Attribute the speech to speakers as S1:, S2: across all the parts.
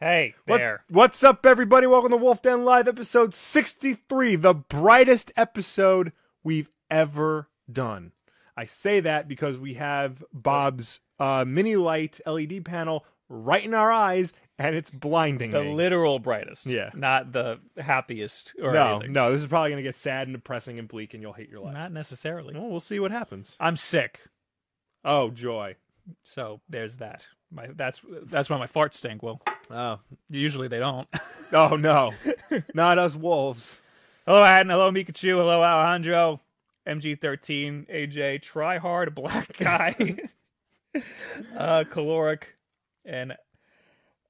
S1: Hey
S2: What-
S1: there.
S2: what's up, everybody? Welcome to Wolf Den Live, episode 63, the brightest episode we've ever done. I say that because we have Bob's uh, mini light LED panel right in our eyes, and it's blinding
S1: The
S2: me.
S1: literal brightest.
S2: Yeah.
S1: Not the happiest or
S2: no,
S1: anything.
S2: no, this is probably going to get sad and depressing and bleak, and you'll hate your life.
S1: Not necessarily.
S2: Well, we'll see what happens.
S1: I'm sick.
S2: Oh, joy.
S1: So there's that. My that's that's why my farts stink. Well,
S2: Oh,
S1: usually they don't.
S2: oh no, not us wolves.
S1: hello, Adam. Hello, Mikachu. Hello, Alejandro. MG13, AJ, try hard, black guy, uh, caloric, and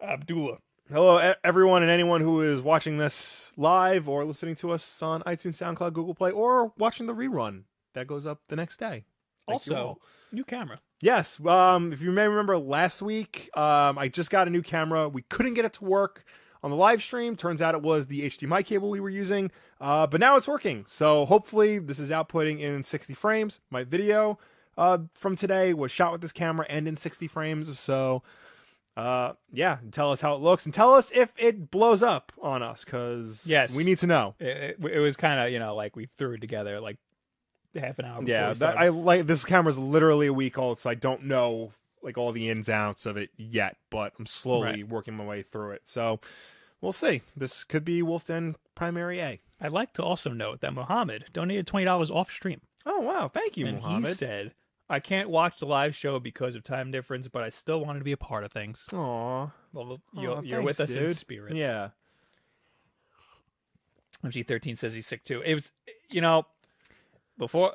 S1: Abdullah.
S2: Hello, e- everyone, and anyone who is watching this live or listening to us on iTunes, SoundCloud, Google Play, or watching the rerun that goes up the next day. Thank you
S1: also,
S2: all.
S1: new camera.
S2: yes. Um, if you may remember last week, um, I just got a new camera. We couldn't get it to work on the live stream. Turns out it was the HDMI cable we were using, uh, but now it's working. So hopefully, this is outputting in 60 frames. My video uh, from today was shot with this camera and in 60 frames. So uh yeah and tell us how it looks and tell us if it blows up on us because
S1: Yes.
S2: we need to know
S1: It, it, it was kind of you know like we threw it together like half an hour. Before
S2: yeah
S1: we
S2: that,
S1: started.
S2: i like this camera's literally a week old so i don't know like all the ins and outs of it yet but i'm slowly
S1: Right.
S2: working my way through it so we'll see this could be wolf den primary a
S1: I'd like to also note that Mohammed donated twenty dollars off stream,
S2: oh wow thank you
S1: and he
S2: Mohammed.
S1: said, "I can't watch the live show because of time difference, but I still wanted to be a part of things."
S2: Aw.
S1: Well,
S2: Aw,
S1: you're, you're with us
S2: thanks,
S1: in
S2: dude.
S1: spirit.
S2: yeah
S1: MG13 says he's sick too. It was, you know, before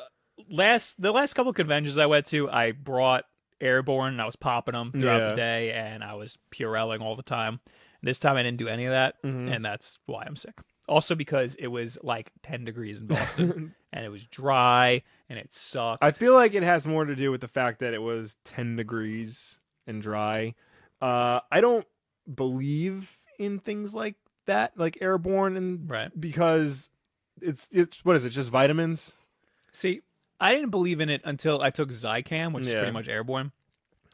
S1: last the last couple of conventions I went to, I brought airborne and I was popping them throughout
S2: Yeah.
S1: the day, and I was purelling all the time. This time I didn't do any of that,
S2: Mhm.
S1: and that's why I'm sick. Also because it was like 10 degrees in Boston, and it was dry, and it sucked.
S2: I feel like it has more to do with the fact that it was 10 degrees and dry. Uh, I don't believe in things like that, like airborne, and
S1: right.
S2: because it's it's what is it? Just vitamins?
S1: See, I didn't believe in it until I took Zycam, which is
S2: Yeah.
S1: pretty much airborne.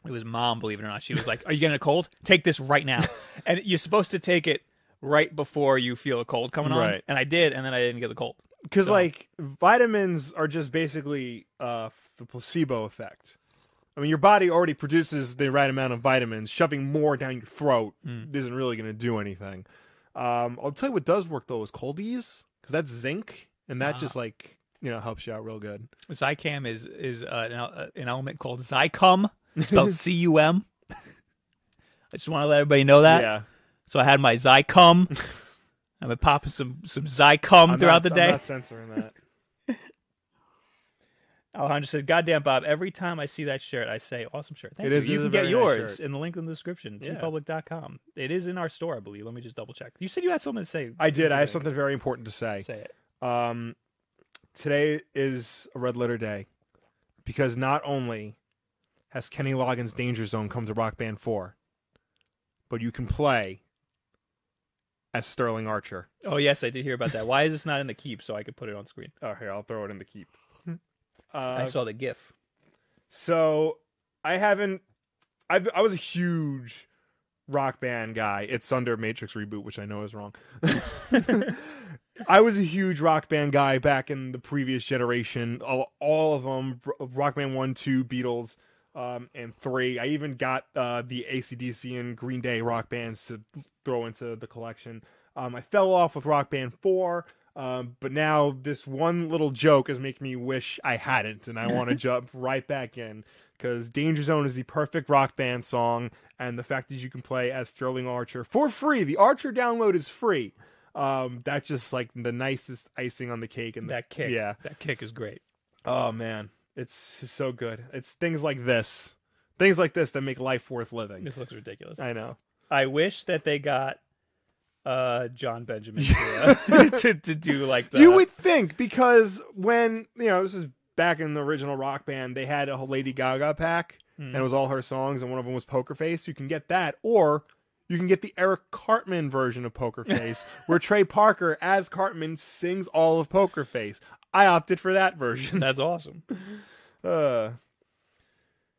S1: It was mom, believe it or not. She was like, "Are you getting a cold? Take this right now." and you're supposed to take it right before you feel a cold coming on.
S2: Right.
S1: And I did, and then I didn't get the cold.
S2: Because
S1: So-
S2: like vitamins are just basically uh, the placebo effect. I mean, your body already produces the right amount of vitamins. Shoving more down your throat
S1: Mm.
S2: isn't really going to do anything. Um, I'll tell you what does work though is coldies because that's zinc, and that
S1: Ah.
S2: just like you know helps you out real good.
S1: Zycam is is uh, an, el- uh, an element called Zycum, spelled C U M. I just want to let everybody know that.
S2: yeah,
S1: So I had my Zycum. I've been popping some some Zycum throughout the day.
S2: I'm not censoring that.
S1: Alejandro said, Oh, "Goddamn, Bob! Every time I see that shirt, I say, awesome shirt. Thank
S2: It
S1: you.
S2: is-
S1: you can
S2: it is a
S1: get
S2: very nice
S1: yours
S2: shirt.
S1: in the link in the description,
S2: Yeah.
S1: tpublic.com. It is in our store, I believe. Let me just double check. You said you had something to say.
S2: I did. I have
S1: Okay.
S2: something very important to say.
S1: Say it.
S2: Um, today is a red letter day because not only has Kenny Loggins' Danger Zone come to Rock Band 4, but you can play as Sterling Archer.
S1: Oh yes, I did hear about that. Why is this not in the keep so I could put it on screen?
S2: Oh, here, I'll throw it in the keep.
S1: I
S2: Uh,
S1: saw the GIF.
S2: so I haven't. I've, I was a huge rock band guy. It's under Matrix Reboot, which I know is wrong. I was a huge rock band guy back in the previous generation, all, all of them Rock Band 1, 2, Beatles, um, and 3. I even got uh, the ACDC and Green Day rock bands to throw into the collection. Um, I fell off with Rock Band 4, um, but now this one little joke is making me wish I hadn't, and I want to jump right back in because Danger Zone is the perfect rock band song, and the fact that you can play as Sterling Archer for free. The Archer download is free um that's just like the nicest icing on the cake and the,
S1: That kick.
S2: yeah
S1: that kick is great.
S2: oh man it's, it's so good it's things like this things like this that make life worth living
S1: This looks ridiculous. I,
S2: i know
S1: wish that they got uh John Benjamin to, uh, to to do like the
S2: you would think because when you know this is back in the original rock band they had a whole lady gaga pack and it was all her songs and one of them was poker face you can get that or you can get the Eric Cartman version of Poker Face, where Trey Parker as Cartman sings all of Poker Face. I opted for that version.
S1: That's awesome.
S2: Uh,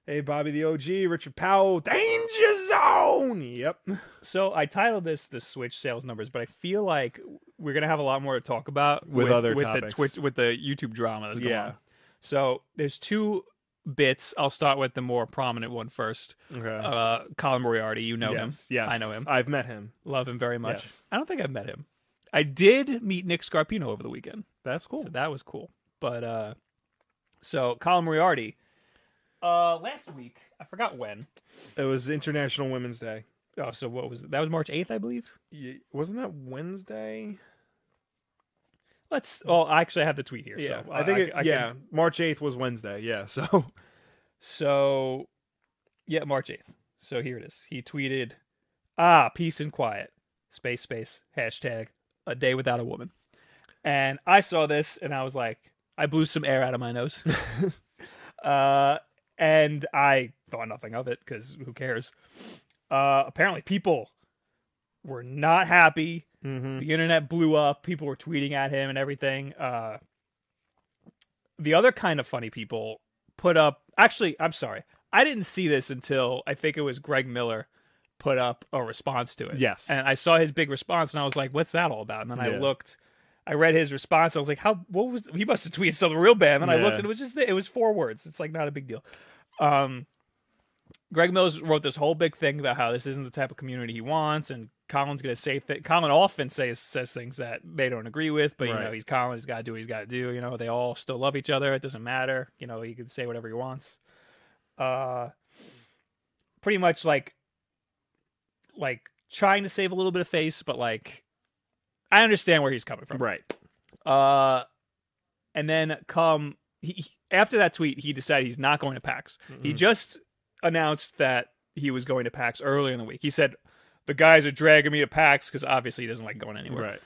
S2: Hey, Bobby the OG, Richard Powell, Danger Zone. Yep.
S1: So I titled this the Switch sales numbers, but I feel like we're gonna have a lot more to talk about
S2: With other
S1: with
S2: topics.
S1: the Twitch with the YouTube drama. That's going
S2: Yeah.
S1: On. So there's two bits. I'll start with the more prominent one first.
S2: Okay.
S1: Uh, Colin Moriarty, you know him.
S2: yes. Yes.
S1: I know him.
S2: I've met him.
S1: Love him very much.
S2: Yes.
S1: I don't think I've met him. I did meet Nick Scarpino over the weekend.
S2: That's cool.
S1: So that was cool. But uh so Colin Moriarty. Uh last week, I forgot when.
S2: It was International Women's Day.
S1: Oh, so what was it? That was March eighth, I believe.
S2: Y- wasn't that Wednesday?
S1: Let's well actually I have the tweet here. so
S2: I think. it,
S1: can-
S2: yeah, March eighth was Wednesday. Yeah, so
S1: So, yeah, March 8th. So here it is. He tweeted, ah, peace and quiet, space, space, hashtag, a day without a woman. And I saw this and I was like, I blew some air out of my nose. uh, and I thought nothing of it because who cares? Uh, apparently, people were not happy. The internet blew up. People were tweeting at him and everything. Uh, the other kind of funny people put up. Actually, I'm sorry. I didn't see this until I think it was Greg Miller put up a response to it.
S2: Yes.
S1: And I saw his big response and I was like, what's that all about? And then I
S2: Yeah.
S1: looked. I read his response. I was like, "How? What was? He must have tweeted something real bad." And then I
S2: Yeah.
S1: looked, and it was just it was four words. It's like not a big deal. Um, Greg Mills wrote this whole big thing about how this isn't the type of community he wants, and Colin's going to say that Colin often says says things that they don't agree with, but you
S2: Right.
S1: know he's Colin, he's got to do what he's got to do. You know they all still love each other. It doesn't matter. You know he can say whatever he wants. Uh, pretty much like like trying to save a little bit of face, but like I understand where he's coming from.
S2: right.
S1: Uh, and then come he, he- after that tweet, he decided he's not going to PAX. He just announced that he was going to PAX earlier in the week. He said the guys are dragging me to PAX because obviously he doesn't like going anywhere.
S2: Right.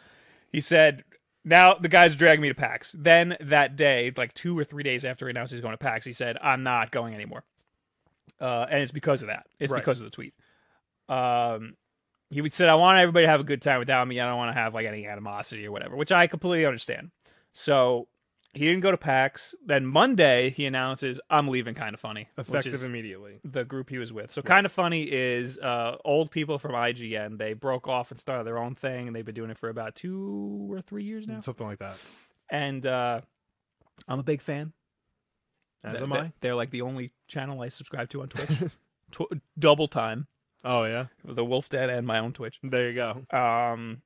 S1: He said now the guys are dragging me to PAX. Then that day, like two or three days after he announced he's going to PAX, he said I'm not going anymore. Uh, and it's because of that. It's
S2: Right.
S1: because of the tweet. Um, he would said, I want everybody to have a good time without me. I don't want to have like any animosity or whatever, which I completely understand. So he didn't go to PAX. Then Monday he announces, I'm leaving kind of funny. which
S2: Effective
S1: is
S2: immediately.
S1: the group he was with. So kind of funny is uh, old people from IGN. They broke off and started their own thing, and they've been doing it for about two or three years now.
S2: Something like that.
S1: And uh, I'm a big fan.
S2: As
S1: Th-
S2: am
S1: th-
S2: I.
S1: They're like the only channel I subscribe to on Twitch. Tw- double time,
S2: Oh yeah.
S1: the Wolf Den and my own Twitch.
S2: There you go.
S1: Um,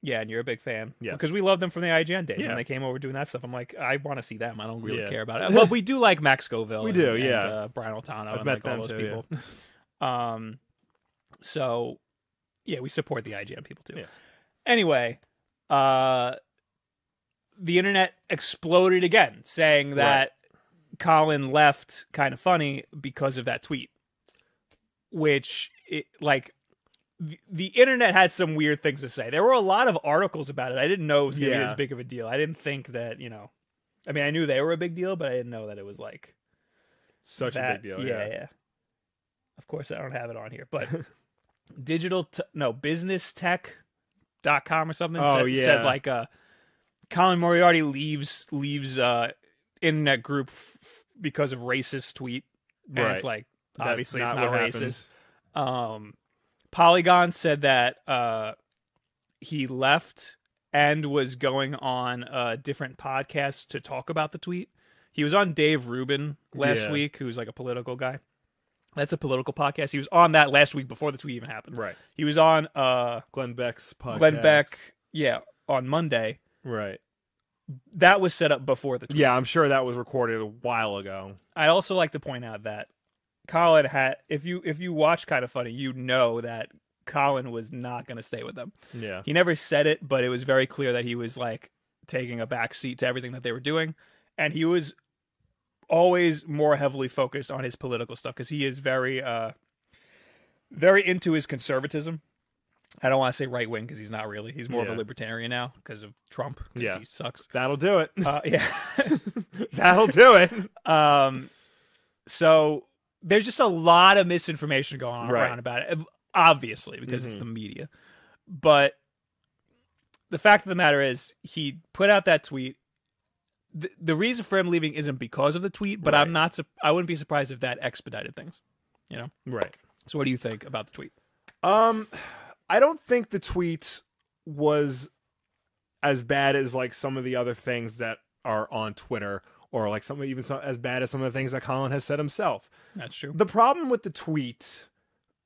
S1: yeah, and you're a big fan.
S2: Yes.
S1: Because we love them from the IGN days
S2: Yeah.
S1: when they came over doing that stuff. I'm like, I want to see them. I don't really
S2: Yeah.
S1: care about it. But we do like Max Scoville.
S2: We
S1: and-
S2: do,
S1: and,
S2: yeah.
S1: uh, Brian Altano and
S2: met
S1: like, all
S2: them
S1: those
S2: too,
S1: people. Um, so yeah, we support the IGN people too.
S2: Yeah.
S1: Anyway, uh, the internet exploded again, saying that Colin left kind of funny because of that tweet, which it, like the, the internet had some weird things to say. There were a lot of articles about it. I didn't know it was going to be
S2: Yeah.
S1: this big of a deal. I didn't think that you know. I mean, I knew they were a big deal, but I didn't know that it was like
S2: Such a
S1: that-
S2: big deal.
S1: Yeah, Of course, I don't have it on here, but digital t- no business tech dot com or something
S2: Oh,
S1: said,
S2: yeah.
S1: said like uh Colin Moriarty leaves leaves uh internet group f- f- because of racist tweet and
S2: Right.
S1: it's like
S2: That's
S1: obviously
S2: not
S1: it's not
S2: what
S1: racist
S2: happened.
S1: um Polygon said that uh he left and was going on uh different podcasts to talk about the tweet. He was on Dave Rubin last
S2: Yeah.
S1: week, who's like a political guy. That's a political podcast. He was on that last week before the tweet even happened.
S2: Right.
S1: He was on uh
S2: Glenn Beck's podcast.
S1: Glenn Beck, yeah, on Monday.
S2: Right.
S1: That was set up before the tweet.
S2: Yeah, I'm sure that was recorded a while ago.
S1: I also like to point out that Colin had if you if you watch kind of funny, you know that Colin was not going to stay with them.
S2: Yeah.
S1: He never said it, but it was very clear that he was like taking a back seat to everything that they were doing. And he was always more heavily focused on his political stuff because he is very, uh, very into his conservatism. I don't want to say right wing because he's not really. He's more of
S2: Yeah.
S1: a libertarian now because of Trump. 'cause
S2: Yeah.
S1: he sucks.
S2: That'll do it.
S1: Uh, yeah.
S2: That'll do it.
S1: Um, so there's just a lot of misinformation going on
S2: Right. Mm-hmm.
S1: around about it, obviously, because it's the media. But the fact of the matter is, he put out that tweet. the, the reason for him leaving isn't because of the tweet, but I'm
S2: Right.
S1: not. sup- I wouldn't be surprised if that expedited things.
S2: Right.
S1: So, what do you think about the tweet?
S2: Um, I don't think the tweet was as bad as like some of the other things that are on Twitter, or like some even some, as bad as some of the things that Colin has said himself.
S1: That's true.
S2: The problem with the tweet,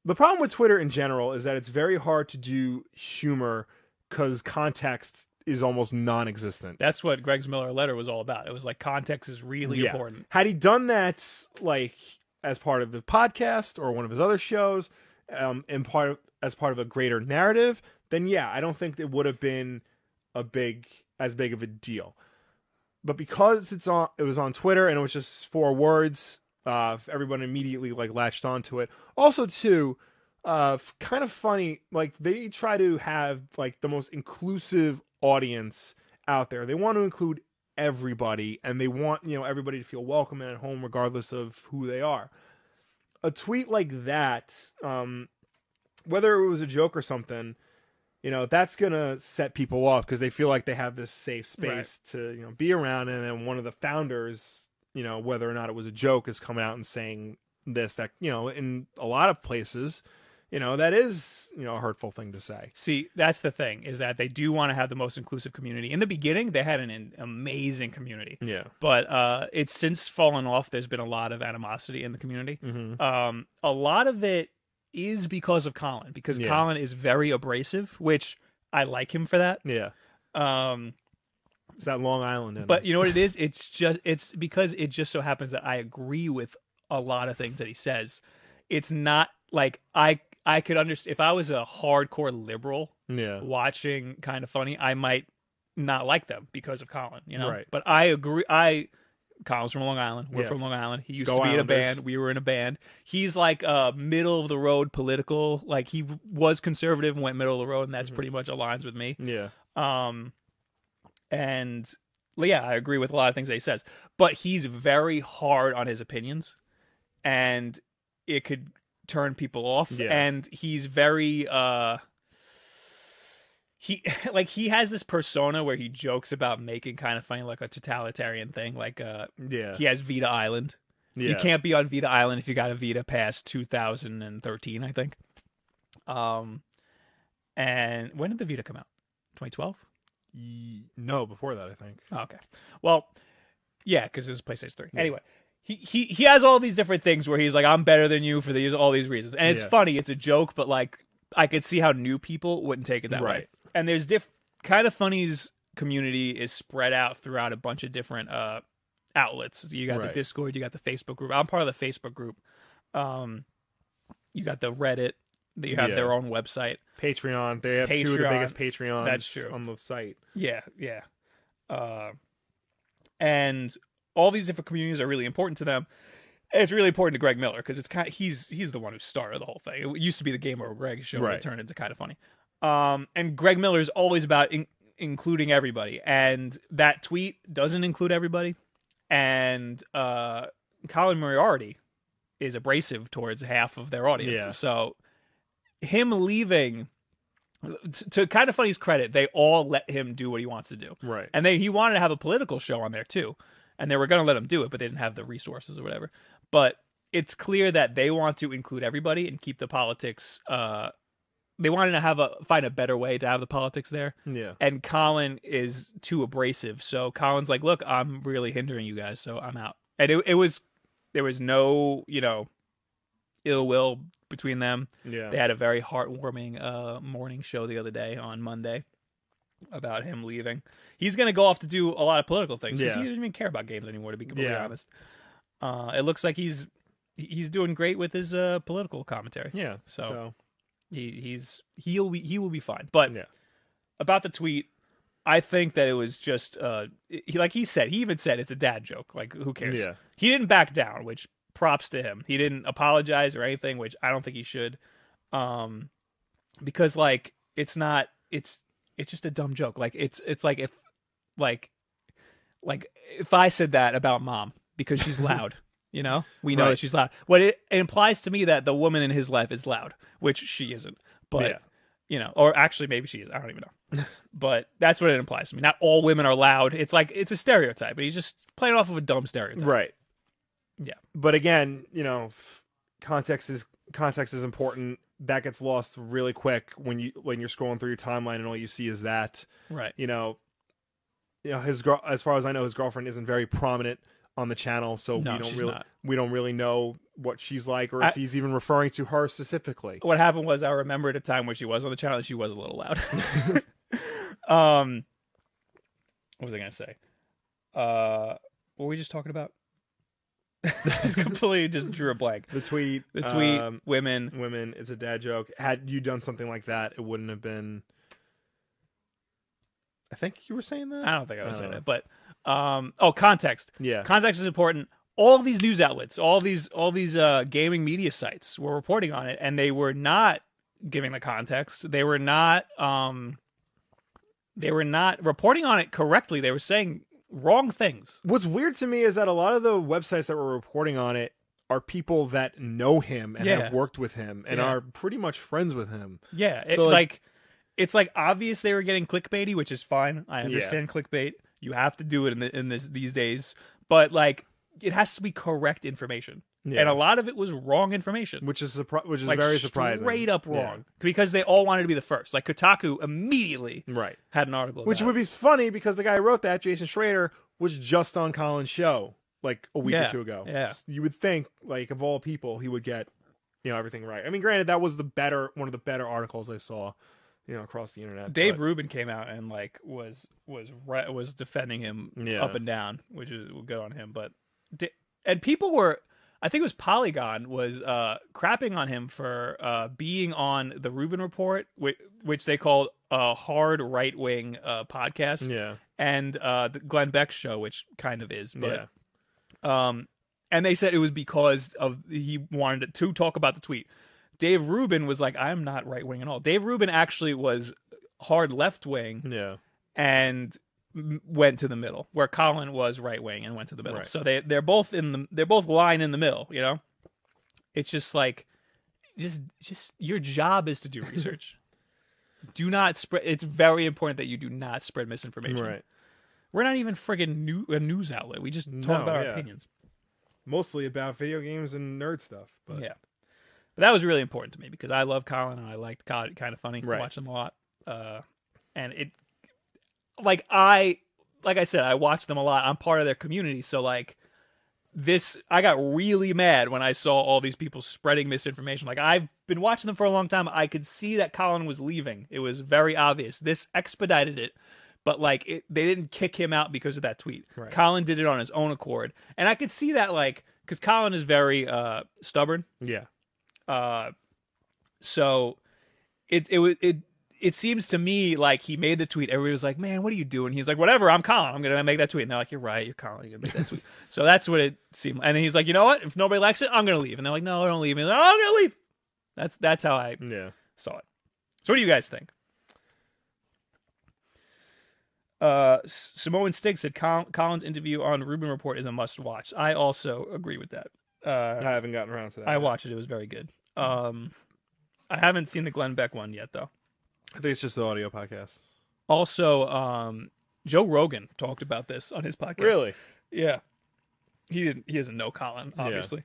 S2: the problem with Twitter in general, is that it's very hard to do humor because context is almost non-existent.
S1: That's what Greg's Miller letter was all about. It was like context is really
S2: Yeah.
S1: important.
S2: Had he done that like as part of the podcast or one of his other shows, um, in part of, as part of a greater narrative, then yeah, I don't think it would have been a big as big of a deal. But because it's on, it was on Twitter and it was just four words. Uh, everyone immediately like latched onto it. Also, too, uh, f- kind of funny. Like they try to have like the most inclusive audience out there. They want to include everybody and they want you know everybody to feel welcome and at home regardless of who they are a tweet like that um whether it was a joke or something you know that's gonna set people off because they feel like they have this safe space to you know be around and then one of the founders you know whether or not it was a joke is coming out and saying this that you know in a lot of places you know that is you know a hurtful thing to say
S1: See, that's the thing is that they do want to have the most inclusive community. In the beginning, they had an, an amazing community,
S2: yeah
S1: but uh, it's since fallen off. There's been a lot of animosity in the community.
S2: mm-hmm.
S1: Um, a lot of it is because of Colin, because
S2: Yeah.
S1: Colin is very abrasive, which I like him for that.
S2: yeah
S1: Um,
S2: it's that long island in
S1: but
S2: it.
S1: you know what it is? It's just it's because it just so happens that I agree with a lot of things that he says. It's not like I I could understand if I was a hardcore liberal
S2: yeah
S1: watching kind of funny, I might not like them because of Colin, you know.
S2: Right.
S1: But I agree. I Colin's from Long Island. We're from
S2: Yes.
S1: Long Island. He used
S2: Go
S1: to be in a
S2: Islanders.
S1: band. We were in a band. He's like uh, middle of the road political. Like he was conservative and went middle of the road, and that's
S2: Mhm.
S1: pretty much aligns with me.
S2: yeah
S1: Um, and yeah, I agree with a lot of things that he says, but he's very hard on his opinions, and it could turn people off.
S2: Yeah.
S1: And he's very uh, he like he has this persona where he jokes about making kind of funny like a totalitarian thing. Like uh,
S2: yeah
S1: he has Vita Island.
S2: yeah
S1: You can't be on Vita Island if you got a Vita past 2013, I think. Um, and when did the Vita come out? 2012.
S2: Ye- No, before that, I think.
S1: Oh, okay. Well, yeah, because it was PlayStation 3.
S2: Yeah.
S1: Anyway, he, he he has all these different things where he's like, I'm better than you for these all these reasons. And it's
S2: Yeah.
S1: funny, it's a joke, but like I could see how new people wouldn't take it that way.
S2: Right.
S1: And there's diff kind of funny's community is spread out throughout a bunch of different uh outlets. So you got the
S2: Right.
S1: Discord, you got the Facebook group. I'm part of the Facebook group. Um you got the Reddit, they have
S2: Yeah.
S1: their own website.
S2: Patreon. They have two of the
S1: Patreon.
S2: biggest Patreons
S1: That's true.
S2: on the site.
S1: Yeah, yeah. Uh, and all these different communities are really important to them. And it's really important to Greg Miller because it's kind he's he's the one who started the whole thing. It used to be the Game Over Greg show, but it
S2: Right.
S1: turned into kind of funny. Um, and Greg Miller is always about in- including everybody, and that tweet doesn't include everybody. And uh, Colin Moriarty is abrasive towards half of their audience,
S2: Yeah.
S1: so him leaving t- to kind of funny's credit, they all let him do what he wants to do.
S2: Right.
S1: And they he wanted to have a political show on there too. And they were going to let him do it, but they didn't have the resources or whatever. But it's clear that they want to include everybody and keep the politics uh they wanted to have a find a better way to have the politics there.
S2: Yeah.
S1: And Colin is too abrasive. So Colin's like, "Look, I'm really hindering you guys, so I'm out." And it it was there was no, you know, ill will between them.
S2: Yeah.
S1: They had a very heartwarming uh, morning show the other day on Monday about him leaving. He's going to go off to do a lot of political things. 'cause
S2: Yeah.
S1: He doesn't even care about games anymore, to be completely
S2: Yeah.
S1: honest. Uh, it looks like he's he's doing great with his uh, political commentary.
S2: yeah.
S1: So-
S2: So,
S1: He he's he'll be he will be fine. But
S2: Yeah.
S1: about the tweet, I think that it was just uh, he, like he said. He even said it's a dad joke. Like who cares?
S2: yeah.
S1: He didn't back down, which props to him. He didn't apologize or anything, which I don't think he should. Um because like it's not it's it's just a dumb joke. Like it's it's like if like like if I said that about mom because she's loud, you know? We know
S2: Right.
S1: that she's loud. What it, it implies to me that the woman in his life is loud, which she isn't. But
S2: Yeah.
S1: you know, or actually maybe she is. I don't even know. but that's what it implies to me. Not all women are loud. It's like it's a stereotype, but he's just playing off of a dumb stereotype.
S2: Right.
S1: Yeah.
S2: But again, you know, f- context is context is important. That gets lost really quick when you when you're scrolling through your timeline and all you see is that.
S1: Right.
S2: You know, you know his girl. As far as I know, his girlfriend isn't very prominent on the channel, so
S1: No,
S2: we don't
S1: she's
S2: really
S1: not.
S2: we don't really know what she's like or
S1: I-
S2: if he's even referring to her specifically.
S1: What happened was I remembered a time when she was on the channel and she was a little loud. um what was I gonna say? Uh what were we just talking about? completely just drew a blank.
S2: The tweet,
S1: The tweet,
S2: um,
S1: women,
S2: women, it's a dad joke. Had you done something like that, it wouldn't have been. I think you were saying that.
S1: I don't think I was
S2: I
S1: saying
S2: don't
S1: that, but um, oh, context.
S2: Yeah.
S1: Context is important. All these news outlets, all these all these uh, gaming media sites were reporting on it, and they were not giving the context. They were not um, they were not reporting on it correctly. They were saying wrong things.
S2: What's weird to me is that a lot of the websites that were reporting on it are people that know him and
S1: Yeah.
S2: have worked with him and
S1: Yeah.
S2: are pretty much friends with him.
S1: Yeah, it,
S2: So,
S1: like,
S2: like-
S1: it's like obvious they were getting clickbaity, which is fine. I understand clickbait. You have to do it in the, in this these days, but like it has to be correct information, and a lot of it was wrong information.
S2: which is surpri- which is
S1: like
S2: very surprising.
S1: straight up
S2: Yeah.
S1: wrong because they all wanted to be the first. Like Kotaku immediately
S2: Right.
S1: had an article,
S2: Which
S1: about
S2: would be funny because the guy who wrote that, Jason Schrader, was just on Colin's show like a week
S1: Yeah,
S2: or two ago.
S1: yeah.
S2: S- You would think like of all people he would get you know everything right. I mean granted that was the better one of the better articles I saw you know across the internet.
S1: it. Dave
S2: but-
S1: Rubin came out and like was was re- was defending him
S2: Yeah.
S1: up and down, which is good on him. But di- and people were, I think it was Polygon was uh, crapping on him for uh, being on the Rubin Report, which, which they called a hard right wing uh, podcast,
S2: yeah.
S1: and uh, the Glenn Beck show, which kind of is, but
S2: yeah.
S1: Um, and they said it was because of he wanted to talk about the tweet. Dave Rubin was like, "I'm not right wing at all." Dave Rubin actually was hard left wing
S2: Yeah.
S1: and m- went to the middle, where Colin was right wing and went to the middle.
S2: Right.
S1: So they they're both in the they're both lying in the middle. You know, it's just like just just your job is to do research. do not spread. It's very important that you do not spread misinformation.
S2: Right.
S1: We're not even friggin' new, a news outlet. We just talk
S2: No,
S1: about our
S2: yeah.
S1: opinions.
S2: Mostly about video games and nerd stuff, but
S1: yeah, but that was really important to me because I love Colin and I liked Colin kind of funny. I
S2: Right.
S1: watched them a lot, uh, and it like I like I said I watched them a lot. I'm part of their community, so like this I got really mad when I saw all these people spreading misinformation. Like I've been watching them for a long time. I could see that Colin was leaving. It was very obvious. This expedited it. But like it, they didn't kick him out because of that tweet.
S2: Right.
S1: Colin did it on his own accord, and I could see that like because Colin is very uh, stubborn,
S2: yeah.
S1: uh, so it it was it it seems to me like he made the tweet. Everybody was like, "Man, what are you doing?" He's like, "Whatever, I'm Colin. I'm gonna make that tweet." And they're like, "You're right. You're Colin. You're gonna make that tweet." so that's what it seemed. like. And then he's like, "You know what? If nobody likes it, I'm gonna leave." And they're like, "No, don't leave." And he's like, "Oh, I'm gonna leave." That's that's how I
S2: Yeah.
S1: saw it. So what do you guys think? Uh, S- Samoan Stig said Col- Colin's interview on Rubin Report is a must watch. I also agree with that. Uh,
S2: I haven't gotten around to that. Hmm.
S1: I watched it. It was very good. Um, I haven't seen the Glenn Beck one yet, though.
S2: I think it's just the audio podcast.
S1: Also, um, Joe Rogan talked about this on his podcast.
S2: Really?
S1: Yeah. He didn't. He doesn't know Colin, obviously,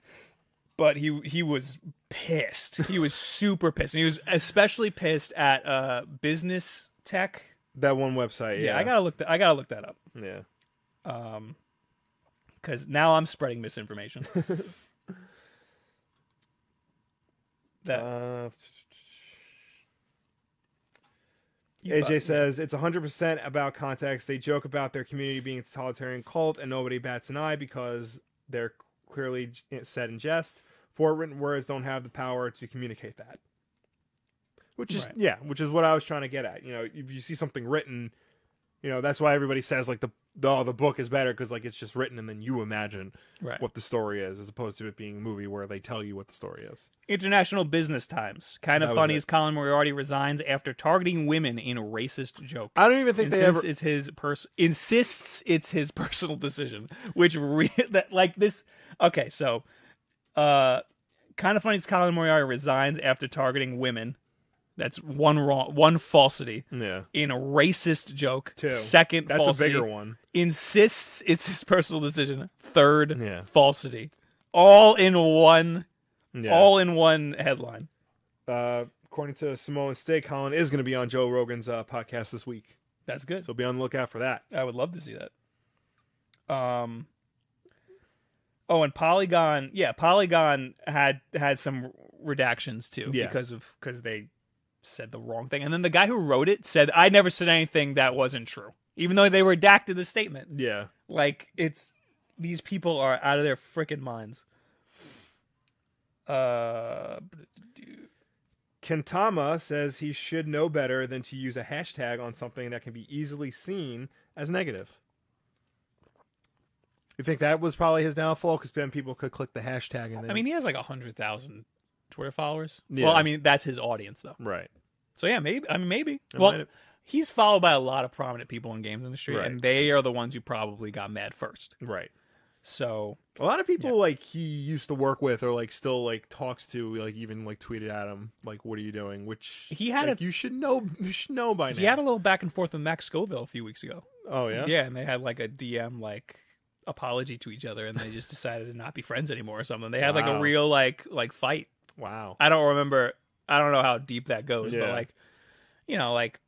S1: but he he was pissed. He was super pissed. And he was especially pissed at uh, business tech.
S2: That one website.
S1: Yeah,
S2: Yeah,
S1: I gotta look. That, I gotta look that up
S2: Yeah.
S1: because now I'm spreading misinformation. that
S2: Uh,
S1: you
S2: AJ
S1: thought-
S2: says it's 100% about context. They joke about their community being a totalitarian cult, and nobody bats an eye because they're clearly j- eh, said in jest. For written words don't have the power to communicate that. Which is
S1: Right.
S2: yeah, which is what I was trying to get at. You know, if you see something written, you know that's why everybody says like the the, oh, the book is better because like it's just written and then you imagine
S1: right.
S2: what the story is as opposed to it being a movie where they tell you what the story is.
S1: International Business Times. Kind
S2: That
S1: of
S2: was
S1: funny
S2: it.
S1: as Colin Moriarty resigns after targeting women in a racist joke.
S2: I don't even think
S1: insists
S2: they ever
S1: it's his pers- insists it's his personal decision, which re- that like this. Okay, so uh, kind of funny as Colin Moriarty resigns after targeting women That's one wrong, one falsity
S2: Yeah.
S1: in a racist joke.
S2: Two.
S1: Second,
S2: That's
S1: falsity.
S2: a bigger one.
S1: Insists it's his personal decision. Third,
S2: Yeah.
S1: falsity. All in one.
S2: Yeah.
S1: All in one headline.
S2: uh, according to Samoan Steak, Colin is going to be on Joe Rogan's uh, podcast this week.
S1: That's good.
S2: So be on the lookout for that.
S1: I would love to see that. Um. Oh, and Polygon, yeah, Polygon had had some redactions too
S2: Yeah.
S1: because of because they said the wrong thing, and then the guy who wrote it said, "I never said anything that wasn't true," even though they redacted the statement.
S2: Yeah.
S1: Like it's these people are out of their freaking minds. Uh,
S2: Kentama says he should know better than to use a hashtag on something that can be easily seen as negative. You think that was probably his downfall? Because then people could click the hashtag and then.
S1: I mean, he has like a hundred thousand Twitter followers.
S2: Yeah.
S1: Well, I mean, that's his audience though.
S2: right.
S1: So yeah, maybe. I mean, maybe.
S2: It
S1: well,
S2: might have-
S1: he's followed by a lot of prominent people in games industry,
S2: Right.
S1: and they are the ones who probably got mad first.
S2: Right.
S1: So
S2: A lot of people like he used to work with or like still like talks to like even like tweeted at him like what are you doing which
S1: He had
S2: like,
S1: a-
S2: you should know you should know by
S1: he
S2: now
S1: had a little back and forth with Max Scoville a few weeks ago.
S2: oh yeah
S1: and they had like a DM like apology to each other, and they just decided to not be friends anymore or something. They had like a
S2: Wow.
S1: real like like fight.
S2: wow
S1: I don't remember. I don't know how deep that goes, but
S2: Yeah.
S1: like, you know, like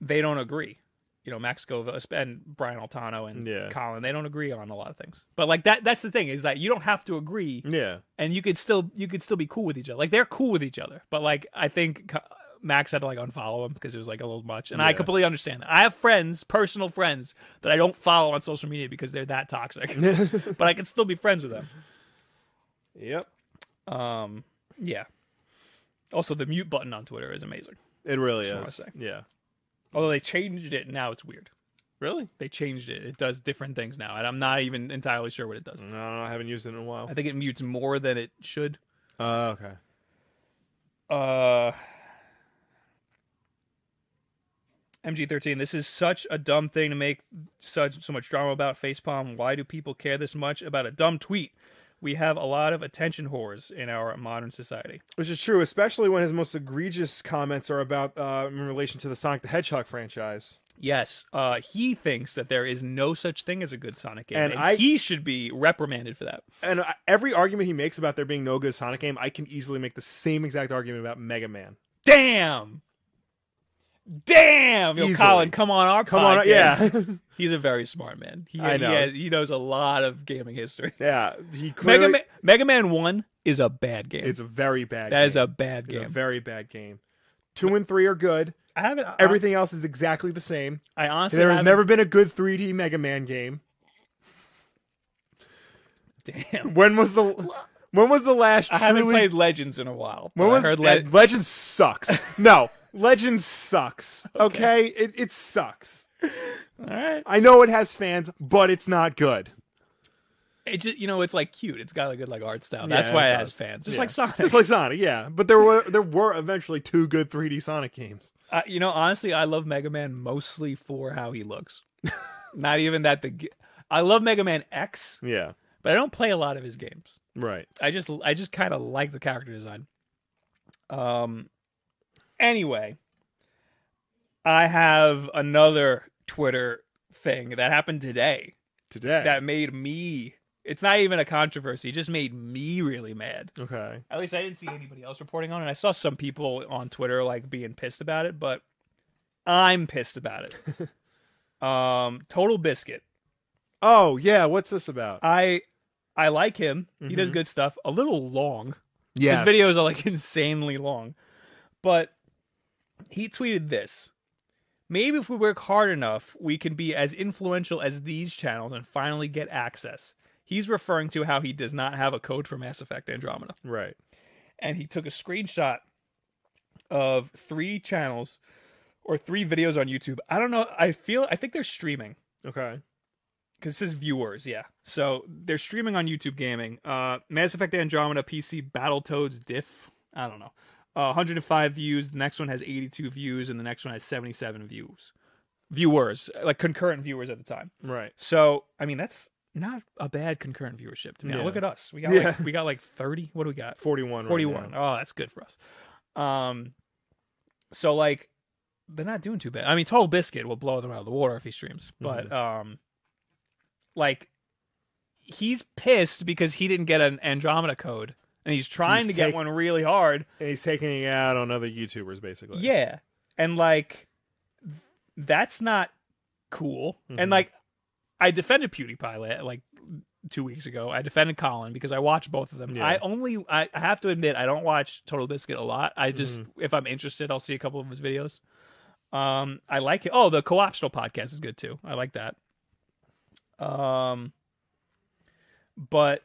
S1: they don't agree. You know, Max Scoville uh, and Brian Altano and
S2: Yeah.
S1: Colin, they don't agree on a lot of things. But like that—that's the thing—is that you don't have to agree
S2: yeah
S1: and you could still you could still be cool with each other. Like they're cool with each other, but like I think Co- Max had to like unfollow him because it was like a little much. And I
S2: Yeah.
S1: completely understand that. I have friends, personal friends, that I don't follow on social media because they're that toxic, but I can still be friends with them.
S2: yep
S1: Um, yeah. Also, the mute button on Twitter is amazing.
S2: it really
S1: That's what I
S2: is
S1: say.
S2: yeah
S1: Although they changed it now, it's weird. Really? They changed it. It does different things now, and I'm not even entirely sure what it does.
S2: no, no I haven't used it in a while
S1: I think it mutes more than it should.
S2: uh, okay
S1: Uh, MG13. This is such a dumb thing to make such so much drama about. Facepalm. Why do people care this much about a dumb tweet? We have a lot of attention whores in our modern society.
S2: Which is true, especially when his most egregious comments are about uh, in relation to the Sonic the Hedgehog franchise.
S1: Yes, uh, he thinks that there is no such thing as a good Sonic game, and,
S2: And I-
S1: he should be reprimanded for that.
S2: And uh, every argument he makes about there being no good Sonic game, I can easily make the same exact argument about Mega Man.
S1: Damn, damn, Yo,
S2: Easily.
S1: Colin, come on our
S2: Come on, uh, yeah,
S1: he's a very smart man. He,
S2: I know.
S1: he, has, he knows a lot of gaming history.
S2: yeah. He clearly,
S1: Mega Man, Mega Man One is a bad game.
S2: it's a very bad.
S1: that
S2: game.
S1: is a bad
S2: It's a
S1: game. Uh,
S2: very bad game. Two and three are good.
S1: I haven't.
S2: Everything else is exactly the same.
S1: I honestly
S2: There has
S1: haven't-
S2: never been a good 3D Mega Man game.
S1: Damn,
S2: When was the when was the last
S1: I haven't
S2: truly
S1: played Legends in a while. but
S2: When
S1: I
S2: was
S1: heard
S2: Le-
S1: Le-
S2: Legend sucks? No, Legend sucks. Okay, it it sucks.
S1: All right,
S2: I know it has fans, but it's not good.
S1: it just you know it's like cute. It's got a good like art style.
S2: Yeah,
S1: That's why
S2: it
S1: it,
S2: does.
S1: has fans. Just
S2: Yeah.
S1: like Sonic.
S2: It's like Sonic, yeah. But there were there were eventually two good 3D Sonic games.
S1: I- you know, honestly, I love Mega Man mostly for how he looks. Not even that the. G- I love Mega Man X,
S2: Yeah,
S1: but I don't play a lot of his games.
S2: right.
S1: I just I just kind of like the character design. Um anyway, I have another Twitter thing that happened today
S2: Today,
S1: that made me it's not even a controversy, it just made me really mad.
S2: okay.
S1: At least I didn't see anybody else reporting on it. I saw some people on Twitter like being pissed about it, but I'm pissed about it. um Total Biscuit.
S2: Oh yeah, what's this about?
S1: I I like him. He does
S2: Mhm.
S1: good stuff. A little long.
S2: yeah,
S1: His videos are like insanely long. But he tweeted this. Maybe if we work hard enough, we can be as influential as these channels and finally get access. He's referring to how he does not have a code for Mass Effect Andromeda.
S2: right.
S1: And he took a screenshot of three channels or three videos on YouTube. I don't know. I feel, I think they're streaming
S2: Okay,
S1: because it says viewers, yeah. So they're streaming on YouTube Gaming. Uh, Mass Effect Andromeda PC Battletoads Diff. I don't know. Uh, 105 views. The next one has 82 views, and the next one has 77 views. Viewers, like concurrent viewers at the time.
S2: right.
S1: So I mean, that's not a bad concurrent viewership to me.
S2: Yeah.
S1: Look at us. We got like,
S2: Yeah.
S1: we got like 30. What do we got?
S2: Forty one.
S1: 41. Oh, that's good for us. Um, So like they're not doing too bad. I mean, Total Biscuit will blow them out of the water if he streams,
S2: Mm-hmm.
S1: but um, like he's pissed because he didn't get an Andromeda code, and he's trying
S2: he's
S1: to get
S2: take-
S1: one really hard.
S2: And he's taking it out on other YouTubers, basically.
S1: Yeah, and like that's not cool.
S2: Mhm.
S1: And like I defended PewDiePie la- like two weeks ago. I defended Colin because I watch both of them.
S2: Yeah.
S1: I only I, I have to admit I don't watch Total Biscuit a lot. I just if I'm interested, I'll see a couple of his videos. Um, I like it. Oh, the co-optional podcast is good too. I like that. Um, but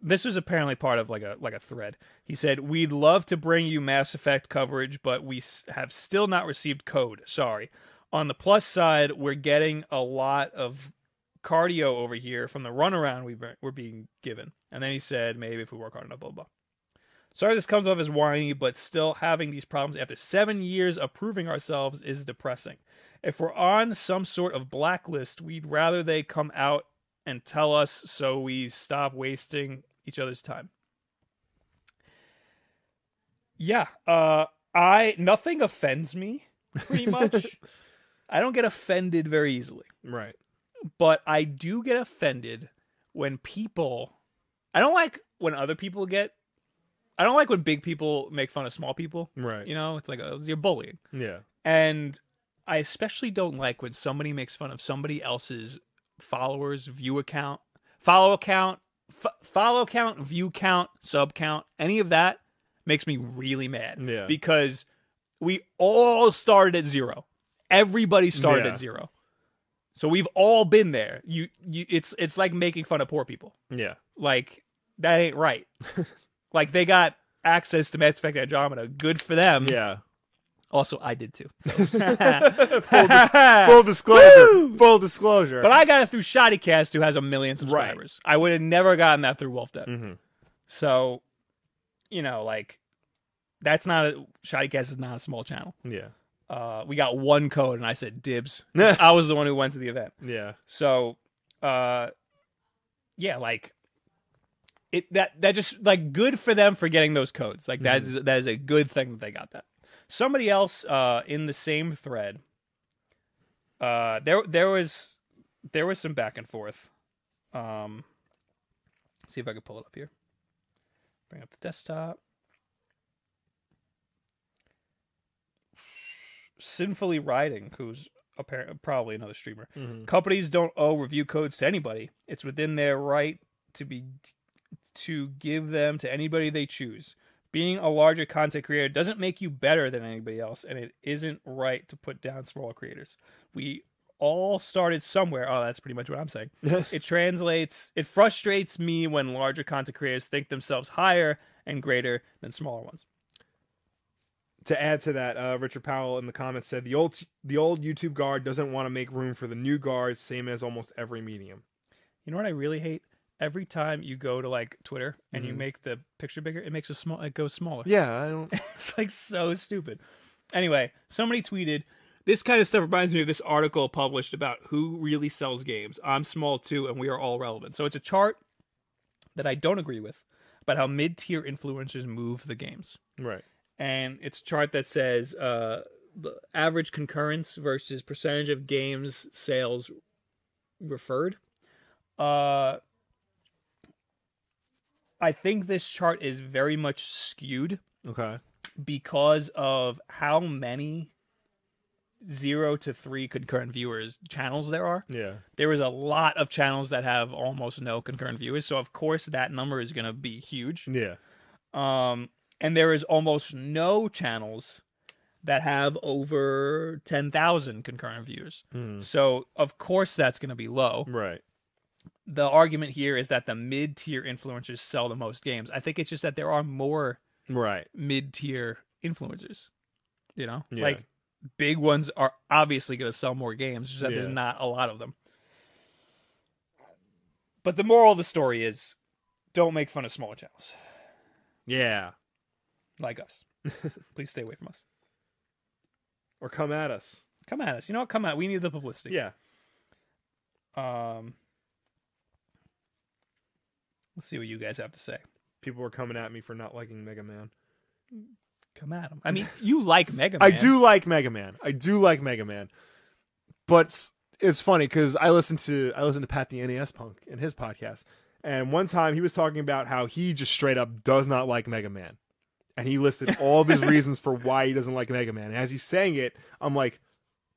S1: this was apparently part of like a like a thread. He said, "We'd love to bring you Mass Effect coverage, but we s- have still not received code. Sorry. On the plus side, we're getting a lot of cardio over here from the runaround we were- we're being given." And then he said, "Maybe if we work hard enough, blah blah." blah. Sorry, this comes off as whiny, but still having these problems after seven years of proving ourselves is depressing. If we're on some sort of blacklist, we'd rather they come out and tell us so we stop wasting each other's time. Yeah, uh I nothing offends me pretty much. I don't get offended very easily,
S2: Right.
S1: but I do get offended when people I don't like when other people get I don't like when big people make fun of small people.
S2: Right.
S1: You know, it's like uh you're bullying.
S2: Yeah.
S1: And I especially don't like when somebody makes fun of somebody else's followers, view account, follow count, f- follow count, view count, sub count, any of that makes me really mad.
S2: Yeah.
S1: Because we all started at zero. Everybody started
S2: Yeah.
S1: at zero. So we've all been there. You, you, it's it's like making fun of poor people
S2: Yeah.
S1: like that ain't right. like they got access to Mass Effect Andromeda. Good for them.
S2: Yeah.
S1: Also, I did too. So.
S2: full, dis- full disclosure. Full disclosure.
S1: but I got it through Shoddycast, who has a million subscribers. I would have never gotten that through Wolf Den.
S2: Mhm.
S1: So, you know, like that's not a Shoddycast is not a small channel.
S2: Yeah.
S1: Uh, we got one code, and I said dibs. I was the one who went to the event.
S2: Yeah.
S1: So, uh, yeah, like it that that just like good for them for getting those codes. Like that is that is a good thing that they got that. Somebody else uh, in the same thread, uh, there there was there was some back and forth. Um, see if I could pull it up here. Bring up the desktop. Sinfully riding, who's apparently probably another streamer.
S2: Mhm.
S1: Mm-hmm. Companies don't owe review codes to anybody. It's within their right to be to give them to anybody they choose. Being a larger content creator doesn't make you better than anybody else, and it isn't right to put down smaller creators. We all started somewhere. Oh, that's pretty much what I'm saying. it translates. It frustrates me when larger content creators think themselves higher and greater than smaller ones.
S2: To add to that, uh, Richard Powell in the comments said the old the old YouTube guard doesn't want to make room for the new guard, same as almost every medium.
S1: You know what I really hate? Every time you go to like Twitter and you
S2: Mhm.
S1: make the picture bigger, it makes a small. It goes smaller.
S2: Yeah, I don't.
S1: it's like so stupid. Anyway, somebody tweeted, "This kind of stuff reminds me of this article published about who really sells games. I'm small too, and we are all relevant." So it's a chart that I don't agree with about how mid-tier influencers move the games,
S2: right.
S1: and it's a chart that says uh, the average concurrence versus percentage of games sales referred. Uh, I think this chart is very much skewed
S2: Okay.
S1: because of how many zero to three concurrent viewers channels there are.
S2: Yeah.
S1: There is a lot of channels that have almost no concurrent viewers, so of course that number is going to be huge.
S2: Yeah.
S1: Um, and there is almost no channels that have over ten thousand concurrent viewers,
S2: Mm.
S1: so of course that's going to be low
S2: Right.
S1: the argument here is that the mid tier influencers sell the most games. I think it's just that there are more
S2: Right.
S1: mid tier influencers. You know,
S2: Yeah.
S1: like big ones are obviously going to sell more games, just that there's
S2: Yeah.
S1: not a lot of them. But the moral of the story is don't make fun of smaller channels
S2: Yeah.
S1: like us. Please stay away from us.
S2: Or come at us.
S1: Come at us. You know what? Come at We need the publicity.
S2: Yeah.
S1: Um, let's see what you guys have to say.
S2: People were coming at me for not liking Mega Man.
S1: Come at him. I mean, you like Mega Man.
S2: I do like Mega Man. I do like Mega Man, but s- it's funny because I listened to I listened to Pat the NES Punk in his podcast, and one time he was talking about how he just straight up does not like Mega Man, and he listed all of his reasons for why he doesn't like Mega Man. And as he's saying it, I'm like,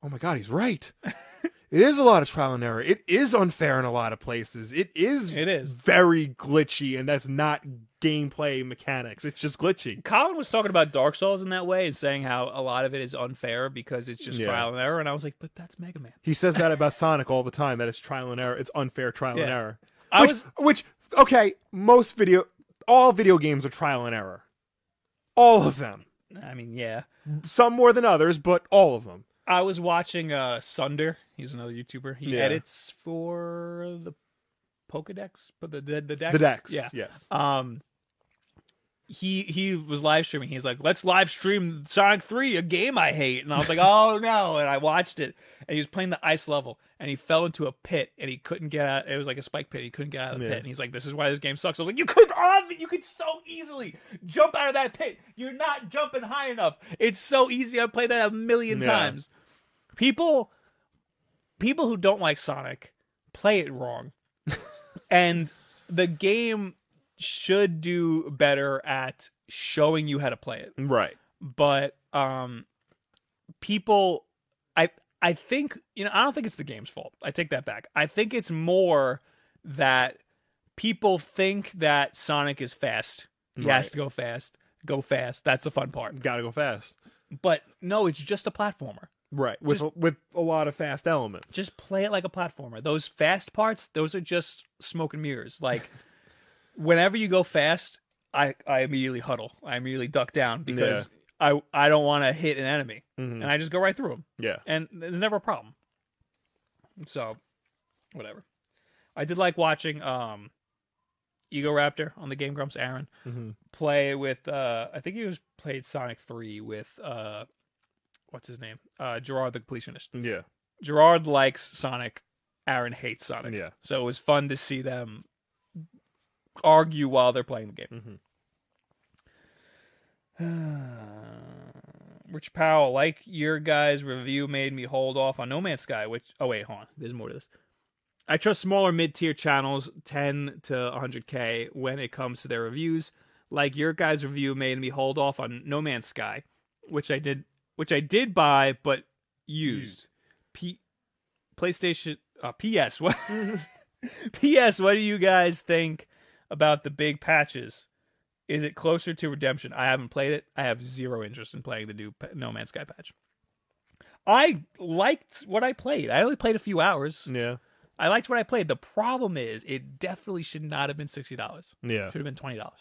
S2: oh my god, he's right. It is a lot of trial and error. It is unfair in a lot of places. It is
S1: It is.
S2: very glitchy, and that's not gameplay mechanics. It's just glitchy.
S1: Colin was talking about Dark Souls in that way and saying how a lot of it is unfair because it's just
S2: Yeah.
S1: trial and error. And I was like, but that's Mega Man.
S2: He says that about Sonic all the time. That it's trial and error. It's unfair trial and
S1: Yeah.
S2: error.
S1: I
S2: which,
S1: was-
S2: which, okay, most video, all video games are trial and error. All of them.
S1: I mean, yeah.
S2: Some more than others, but all of them.
S1: I was watching uh Sunder. He's another YouTuber. He
S2: Yeah.
S1: edits for the Pokedex, but the the, the Dex.
S2: The decks.
S1: Yeah.
S2: Yes.
S1: Um. He he was live streaming. He's like, let's live stream Sonic Three, a game I hate, and I was like, oh no! And I watched it, and he was playing the ice level, and he fell into a pit, and he couldn't get out. It was like a spike pit. He couldn't get out of the
S2: Yeah.
S1: pit, and he's like, this is why this game sucks. I was like, you could obvi- you could so easily jump out of that pit. You're not jumping high enough. It's so easy. I played that a million
S2: Yeah.
S1: times. People, people who don't like Sonic, play it wrong and the game should do better at showing you how to play it
S2: Right.
S1: but um people i i think you know i don't think it's the game's fault i take that back i think it's more that people think that sonic is fast he has
S2: Right.
S1: to go fast go fast that's the fun part
S2: Got to go fast.
S1: but no it's just a platformer
S2: Right. With a, with a lot of fast elements.
S1: just play it like a platformer. Those fast parts, those are just smoke and mirrors. Like whenever you go fast, I I immediately huddle. I immediately duck down because I I don't want to hit an enemy,
S2: Mhm.
S1: and I just go right through them,
S2: Yeah.
S1: and there's never a problem. So, whatever. I did like watching um, Ego Raptor on the Game Grumps. Aaron
S2: Mhm.
S1: play with uh, I think he was played Sonic Three with uh, what's his name? Uh, Gerard the Completionist.
S2: Mm-hmm. Yeah.
S1: Gerard likes Sonic, Aaron hates Sonic.
S2: Yeah.
S1: So it was fun to see them argue while they're playing the game.
S2: Mhm.
S1: Rich Powell, like your guys' review made me hold off on No Man's Sky, which oh wait, hold on. There's more to this. I trust smaller mid-tier channels 10 to 100k when it comes to their reviews. Like your guys' review made me hold off on No Man's Sky, which I did which I did buy but used. P PlayStation uh, PS what PS what do you guys think about the big patches? Is it closer to Redemption? I haven't played it. I have zero interest in playing the new pa- No Man's Sky patch. I liked what I played. I only played a few hours.
S2: Yeah.
S1: I liked what I played. The problem is, it definitely should not have been sixty dollars.
S2: Yeah.
S1: Should have been twenty dollars.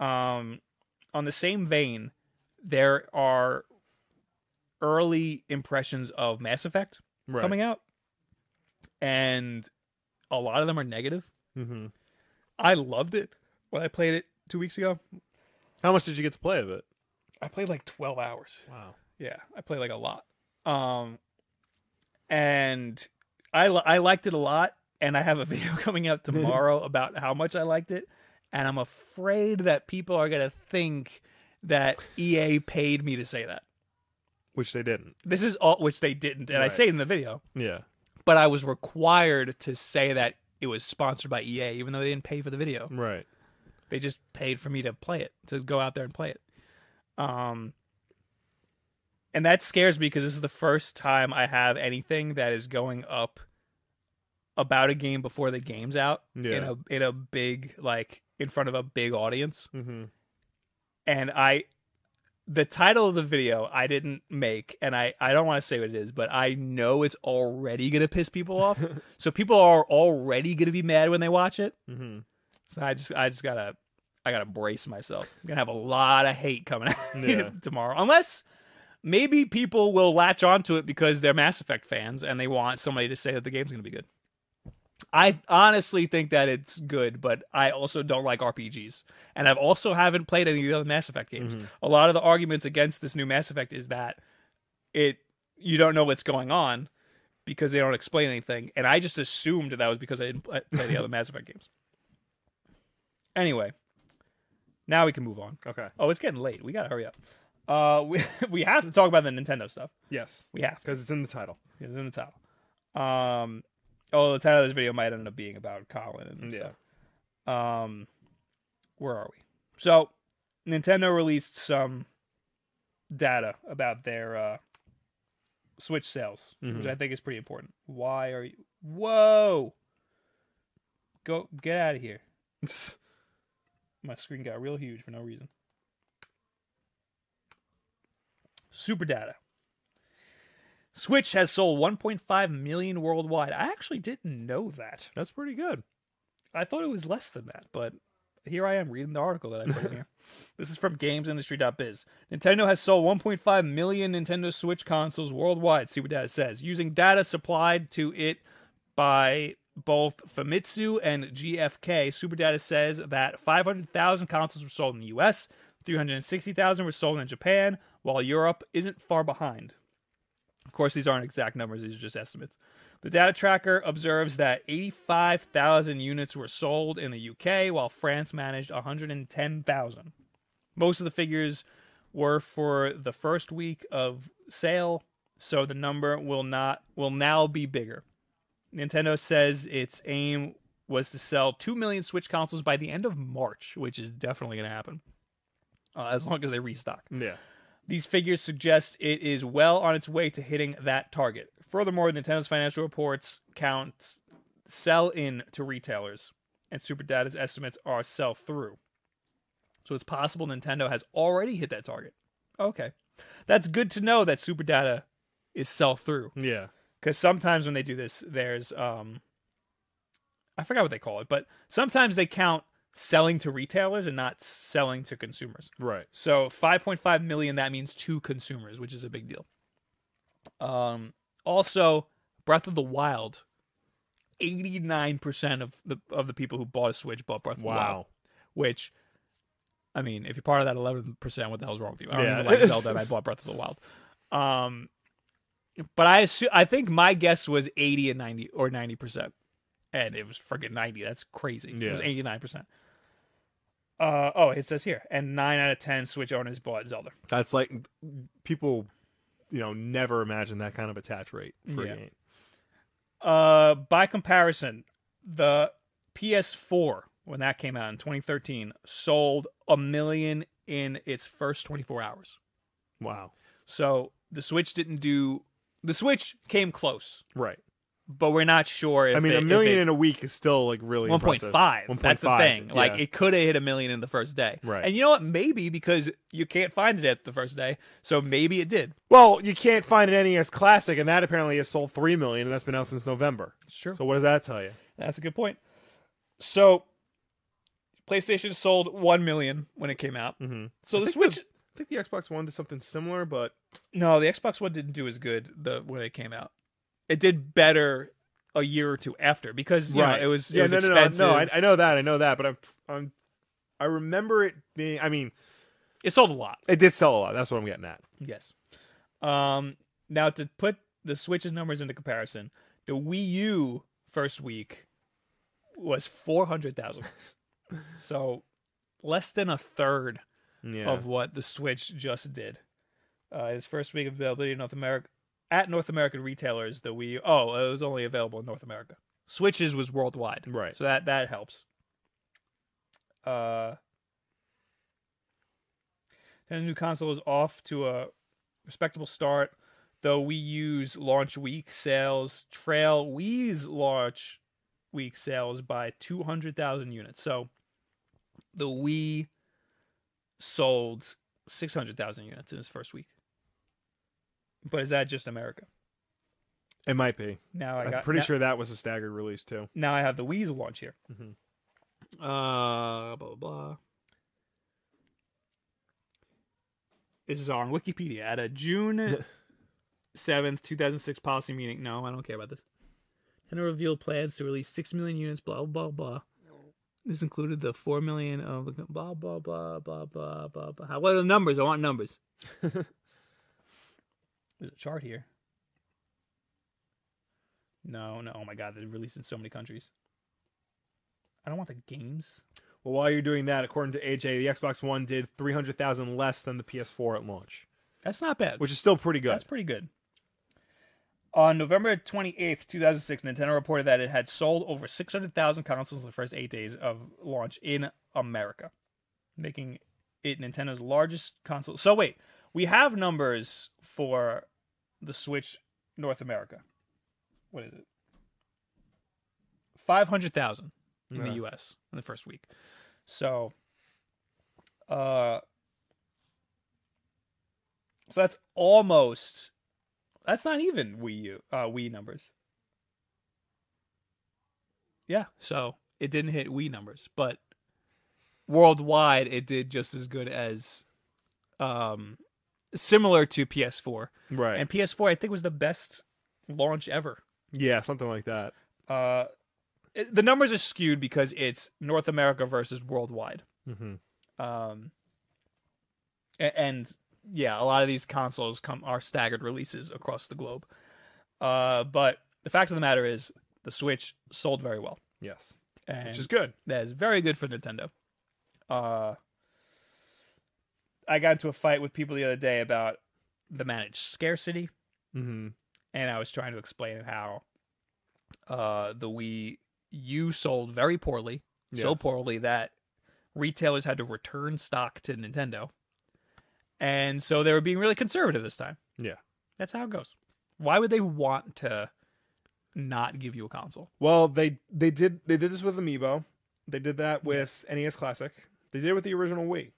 S1: Um, on the same vein, there are early impressions of Mass Effect
S2: Right.
S1: coming out, and a lot of them are negative.
S2: hmm
S1: I loved it when I played it two weeks ago.
S2: How much did you get to play of it?
S1: I played like twelve hours.
S2: Wow.
S1: Yeah, I play like a lot. Um, and I li- I liked it a lot, and I have a video coming out tomorrow about how much I liked it, and I'm afraid that people are gonna think that EA paid me to say that.
S2: Which they didn't.
S1: This is all which they didn't, and I
S2: Right.
S1: say it in the video,
S2: Yeah.
S1: but I was required to say that it was sponsored by EA, even though they didn't pay for the video.
S2: Right.
S1: They just paid for me to play it, to go out there and play it. Um and that scares me because this is the first time I have anything that is going up about a game before the game's out in
S2: Yeah.
S1: a in a big like in front of a big audience.
S2: Mm-hmm.
S1: And I the title of the video I didn't make and I I don't want to say what it is, but I know it's already going to piss people off. so people are already going to be mad when they watch it.
S2: Mm-hmm.
S1: So I just I just gotta I gotta brace myself. I'm gonna have a lot of hate coming out
S2: Yeah.
S1: tomorrow. Unless maybe people will latch onto it because they're Mass Effect fans and they want somebody to say that the game's gonna be good. I honestly think that it's good, but I also don't like RPGs. And I've also haven't played any of the other Mass Effect games. A lot of the arguments against this new Mass Effect is that it you don't know what's going on because they don't explain anything. And I just assumed that was because I didn't pl- play the other Mass Effect games. Anyway, Now we can move on.
S2: Okay.
S1: Oh, it's getting late. We gotta hurry up. Uh, we we have to talk about the Nintendo stuff.
S2: Yes.
S1: We have to.
S2: Because it's in the title.
S1: It was in the title. Um, oh, the title of this video might end up being about Colin and
S2: Yeah.
S1: stuff. Um, where are we? So, Nintendo released some data about their uh, Switch sales, which
S2: Mhm.
S1: I think is pretty important. Why are you? Whoa! Go get out of here. My screen got real huge for no reason. Super data. Switch has sold 1.5 million worldwide. I actually didn't know that.
S2: That's pretty good.
S1: I thought it was less than that, but here I am reading the article that I put in here. This is from gamesindustry.biz. Nintendo has sold 1.5 million Nintendo Switch consoles worldwide. See what data says. Using data supplied to it by both Famitsu and GFK, Superdata says that 500,000 consoles were sold in the US, 360,000 were sold in Japan, while Europe isn't far behind. Of course, these aren't exact numbers, these are just estimates. The data tracker observes that 85,000 units were sold in the UK, while France managed 110,000. Most of the figures were for the first week of sale, so the number will not will now be bigger. Nintendo says its aim was to sell 2 million Switch consoles by the end of March, which is definitely going to happen. Uh, as long as they restock.
S2: Yeah.
S1: These figures suggest it is well on its way to hitting that target. Furthermore, Nintendo's financial reports count sell in to retailers, and Superdata's estimates are sell through. So it's possible Nintendo has already hit that target. Okay. That's good to know that Superdata is sell through
S2: Yeah.
S1: because sometimes when they do this, there's um, I forgot what they call it, but sometimes they count selling to retailers and not selling to consumers.
S2: Right.
S1: So 5.5 million that means two consumers, which is a big deal. Um, also, Breath of the Wild, 89% of the of the people who bought a Switch bought Breath of the Wild
S2: Wow.
S1: which I mean, if you're part of that eleven percent, what the hell's wrong with you? I don't
S2: Yeah.
S1: even like Zelda. and I bought Breath of the Wild, um, but I assu- I think my guess was eighty and ninety or ninety percent, and it was freaking ninety. That's crazy. It was
S2: Yeah.
S1: eighty nine percent. Uh oh, it says here, and nine out of ten Switch owners bought Zelda.
S2: That's like people, you know, never imagine that kind of attach rate for
S1: Yeah.
S2: a game.
S1: Uh, by comparison, the PS4 when that came out in 2013 sold a million in its first 24 hours.
S2: Wow.
S1: So the Switch didn't do. The Switch came close,
S2: Right.
S1: but we're not sure. If
S2: I mean,
S1: it-
S2: a
S1: if
S2: million
S1: it-
S2: in a week is still like really impressive.
S1: 1.5. That's the
S2: 1.5,
S1: thing. Like
S2: yeah.
S1: it could have hit a million in the first day.
S2: Right.
S1: And you know what? Maybe because you can't find it at the first day, so maybe it did.
S2: Well, you can't find an NES Classic, and that apparently has sold three million, and that's been out since November.
S1: It's true.
S2: So what does that tell you?
S1: That's a good point. So PlayStation sold one million when it came out.
S2: Mm-hmm.
S1: So
S2: I
S1: the
S2: think
S1: Switch.
S2: I think the Xbox One did something similar, but
S1: No, the Xbox One didn't do as good the when it came out. It did better a year or two after because you know, it was it
S2: yeah,
S1: was
S2: no, no, no,
S1: expensive.
S2: no. I, I know that, I know that, but I'm, I'm, I remember it being. I mean,
S1: it sold a lot.
S2: it did sell a lot. That's what I'm getting at.
S1: Yes. Um, now to put the Switch's numbers into comparison, the Wii U first week was four hundred thousand, so less than a third
S2: Yeah,
S1: of what the Switch just did. Uh, its first week of availability in North America at North American retailers, the Wii U. Oh, it was only available in North America. Switches was worldwide,
S2: Right.
S1: So that that helps. Uh, then the new console is off to a respectable start. Though Wii U's launch week sales trail Wii's launch week sales by 200,000 units. So the Wii sold 600,000 units in its first week. But is that just America?
S2: it might be.
S1: Now I
S2: I'm
S1: got
S2: pretty
S1: now,
S2: sure that was a staggered release too.
S1: now I have the Wii's launch here.
S2: Mhm.
S1: Uh, blah blah. blah. This is on Wikipedia at a June seventh, two thousand six policy meeting. No, I don't care about this. Nintendo revealed plans to release six million units. Blah blah blah. This included the four million of the blah blah blah blah blah blah. blah. What are the numbers? I want numbers. There's a chart here. No, no. Oh my god, they're released in so many countries. I don't want the games.
S2: Well, while you're doing that, according to AJ, the Xbox One did 300,000 less than the PS4 at launch,
S1: That's not bad.
S2: which is still pretty good.
S1: That's pretty good. On November 28th, 2006, Nintendo reported that it had sold over 600,000 consoles in the first eight days of launch in America, making it Nintendo's largest console. So, wait, we have numbers for the Switch North America. What is it? 500,000 in
S2: Yeah.
S1: the US in the first week. So, uh, so that's almost. That's not even Wii U, uh, Wii numbers. Yeah, so it didn't hit Wii numbers, but worldwide it did just as good as, um, similar to PS4.
S2: right.
S1: And PS4 I think was the best launch ever.
S2: yeah, something like that.
S1: Uh, it- the numbers are skewed because it's North America versus worldwide.
S2: Mm-hmm.
S1: um a- and yeah a lot of these consoles come are staggered releases across the globe uh but the fact of the matter is the switch sold very well
S2: Yes.
S1: and
S2: Which is good.
S1: that is very good for nintendo uh i got into a fight with people the other day about the managed scarcity
S2: Mm-hmm.
S1: and I was trying to explain how uh, the Wii U sold very poorly, so
S2: Yes.
S1: poorly that retailers had to return stock to Nintendo, and so they were being really conservative this time.
S2: Yeah.
S1: that's how it goes. Why would they want to not give you a console?
S2: Well, they they did they did this with Amiibo. They did that with NES Classic. They did it with the original Wii.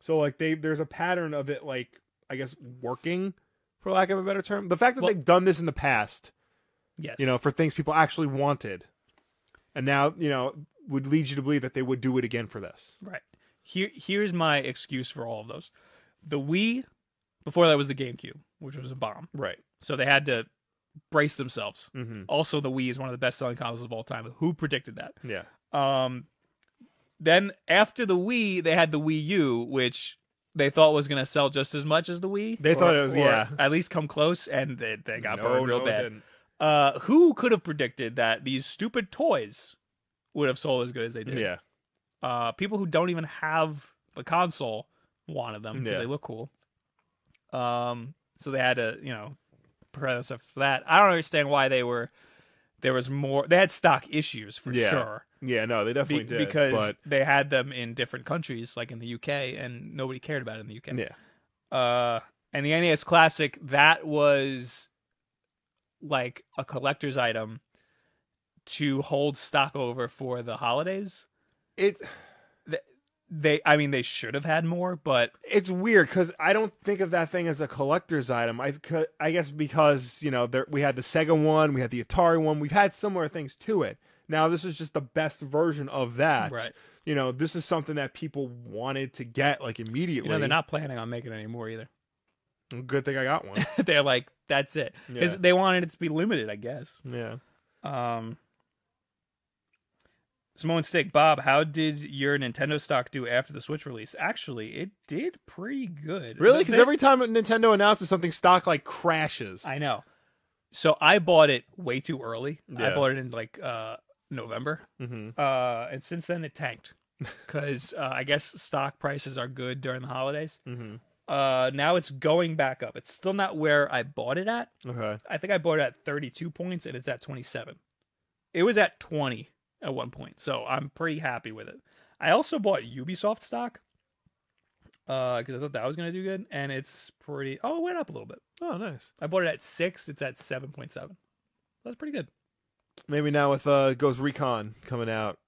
S2: So like they there's a pattern of it like I guess working for lack of a better term. The fact that
S1: Well-
S2: they've done this in the past,
S1: Yes,
S2: you know, for things people actually wanted. And now, you know, would lead you to believe that they would do it again for this.
S1: right. Here, here's my excuse for all of those. The Wii, before that was the GameCube, which was a bomb,
S2: Right.
S1: so they had to brace themselves.
S2: Mhm.
S1: Also, the Wii is one of the best-selling consoles of all time. Who predicted that?
S2: Yeah.
S1: Um, then after the Wii, they had the Wii U, which they thought was going to sell just as much as the Wii.
S2: They thought it was- yeah.
S1: at least come close, and they, they got
S2: No,
S1: burned real
S2: no, it
S1: bad.
S2: didn't.
S1: Uh, who could have predicted that these stupid toys would have sold as good as they did?
S2: Yeah.
S1: Uh, people who don't even have the console wanted them because
S2: Yeah.
S1: they look cool. Um, so they had to, you know, prepare themselves for that. I don't understand why they were. There was more. They had stock issues for
S2: Yeah.
S1: sure.
S2: Yeah, no, they
S1: Be-
S2: definitely did.
S1: because
S2: but
S1: they had them in different countries, like in the UK, and nobody cared about it in the UK.
S2: yeah.
S1: Uh, and the NES Classic, that was like a collector's item to hold stock over for the holidays.
S2: It
S1: They, I mean, they should have had more, but
S2: it's weird because I don't think of that thing as a collector's item. I I guess because you know there, we had the Sega one, we had the Atari one, we've had similar things to it. Now this is just the best version of that.
S1: Right.
S2: You know, this is something that people wanted to get like
S1: you
S2: immediately.
S1: know, they're not planning on making any more either.
S2: Good thing I got one.
S1: they're like, that's it. 'Cause
S2: Yeah.
S1: they wanted it to be limited, I guess.
S2: yeah.
S1: Um, Simone Stick, Bob, how did your Nintendo stock do after the Switch release? Actually, it did pretty good. The
S2: Really? Because
S1: thing-
S2: every time Nintendo announces something, stock like crashes.
S1: I know. So I bought it way too early. I
S2: Yeah.
S1: bought it in like uh, November,
S2: mm-hmm.
S1: uh, and since then it tanked because uh, I guess stock prices are good during the holidays.
S2: Mm-hmm.
S1: Uh, now it's going back up. It's still not where I bought it at.
S2: Okay.
S1: I think I bought it at 32 points and it's at 27. It was at 20 at one point, so I'm pretty happy with it. I also bought Ubisoft stock because I thought that was going to do good, and it's pretty. Oh, it went up a little bit.
S2: Oh, nice.
S1: I bought it at six. It's at 7.7. That's pretty good.
S2: Maybe now with uh, Ghost Recon coming out,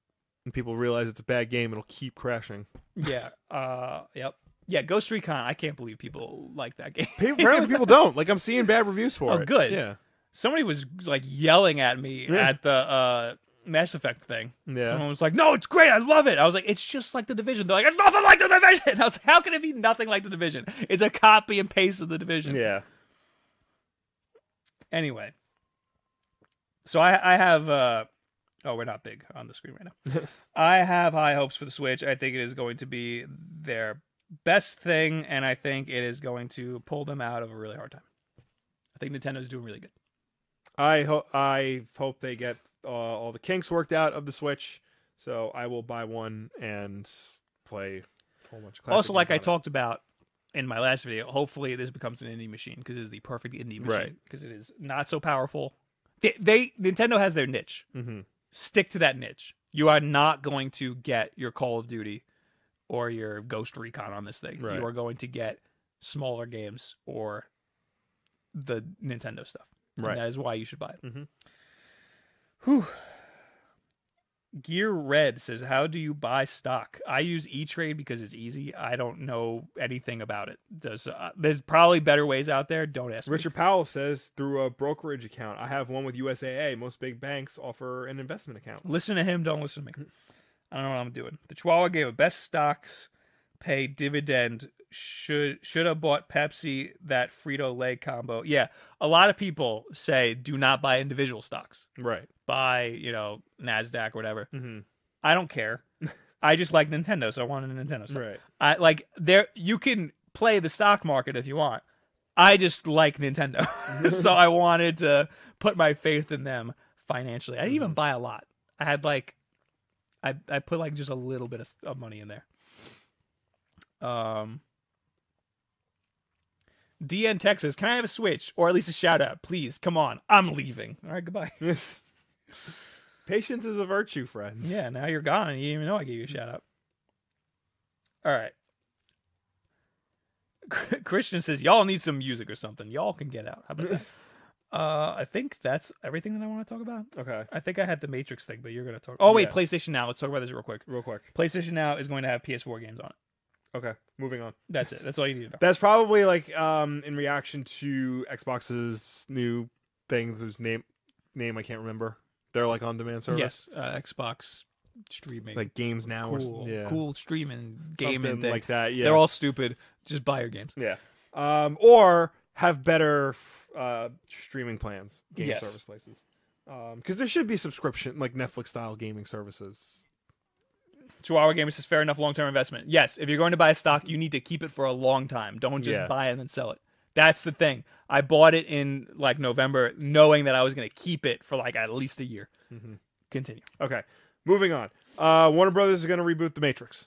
S2: and people realize it's a bad game, it'll keep crashing.
S1: Yeah. uh. Yep. Yeah. Ghost Recon. I can't believe people like that game.
S2: Pe- Apparently, people don't. Like, I'm seeing bad reviews for
S1: Oh,
S2: it.
S1: good.
S2: Yeah.
S1: Somebody was like yelling at me
S2: Yeah.
S1: at the uh Mass Effect thing.
S2: Yeah.
S1: Someone was like, "No, it's great. I love it." I was like, "It's just like the Division." They're like, "It's nothing like the Division." I was like, "How can it be nothing like the Division? It's a copy and paste of the Division."
S2: Yeah.
S1: Anyway, so I, I have. Uh, oh, we're not big on the screen right now. I have high hopes for the Switch. I think it is going to be their best thing, and I think it is going to pull them out of a really hard time. I think Nintendo's doing really good.
S2: I hope I hope they get uh, all the kinks worked out of the Switch So I will buy one and play a whole bunch of classic
S1: also, like I
S2: games on
S1: talked about in my last video, hopefully this becomes an indie machine because it's the perfect indie machine
S2: Right.
S1: because it is not so powerful. They, they Nintendo has their niche.
S2: it. Mhm.
S1: Stick to that niche. You are not going to get your Call of Duty or your Ghost Recon on this thing.
S2: Right.
S1: You are going to get smaller games or the Nintendo stuff. And
S2: Right.
S1: that is why you should buy it.
S2: Mhm.
S1: Whew. Gear Red says, "How do you buy stock? I use E Trade because it's easy. I don't know anything about it. Does uh, there's probably better ways out there? Don't ask me.
S2: Richard Powell says through a brokerage account. I have one with USAA. Most big banks offer an investment account.
S1: Listen to him. Don't listen to me. I don't know what I'm doing. The Chihuahua game of best stocks pay dividend. Should should have bought Pepsi that Frito Lay combo. Yeah, a lot of people say do not buy individual stocks.
S2: Right.
S1: Buy you know Nasdaq or whatever.
S2: hmm
S1: I don't care. I just like Nintendo, so I wanted a Nintendo stock.
S2: Right.
S1: I like there you can play the stock market if you want. I just like Nintendo. so I wanted to put my faith in them financially. I didn't even buy a lot. I had like I I put like just a little bit of, of money in there. Um DN Texas, can I have a switch or at least a shout out, please? Come on, I'm leaving. All right, goodbye.
S2: Patience is a virtue, friends.
S1: Yeah, now you're gone. and You didn't even know I gave you a shout out. All right. Christian says, "Y'all need some music or something. Y'all can get out. How about that?" uh, I think that's everything that I want to talk about.
S2: Okay.
S1: I think I had the Matrix thing, but you're gonna talk. Oh wait,
S2: Yeah.
S1: PlayStation Now. Let's talk about this real quick.
S2: Real quick.
S1: PlayStation Now is going to have PS4 games on it.
S2: Okay. Moving on.
S1: That's it. That's all you need to know.
S2: That's probably like um in reaction to Xbox's new thing whose name name I can't remember. They're like on demand service.
S1: yes, uh, Xbox streaming.
S2: Like games now or s-
S1: cool,
S2: yeah.
S1: cool streaming game
S2: Something
S1: and thing.
S2: like that. Yeah.
S1: They're all stupid. Just buy your games.
S2: yeah. Um or have better f- uh streaming plans, game
S1: Yes.
S2: service places. Um cuz there should be subscription like Netflix style gaming services.
S1: Chihuahua Gamers says fair enough long term investment. Yes, if you're going to buy a stock, you need to keep it for a long time. Don't just
S2: Yeah.
S1: buy it and then sell it. That's the thing. I bought it in like November, knowing that I was going to keep it for like at least a year.
S2: Mm-hmm.
S1: Continue.
S2: Okay. Moving on. Uh Warner Brothers is going to reboot The Matrix.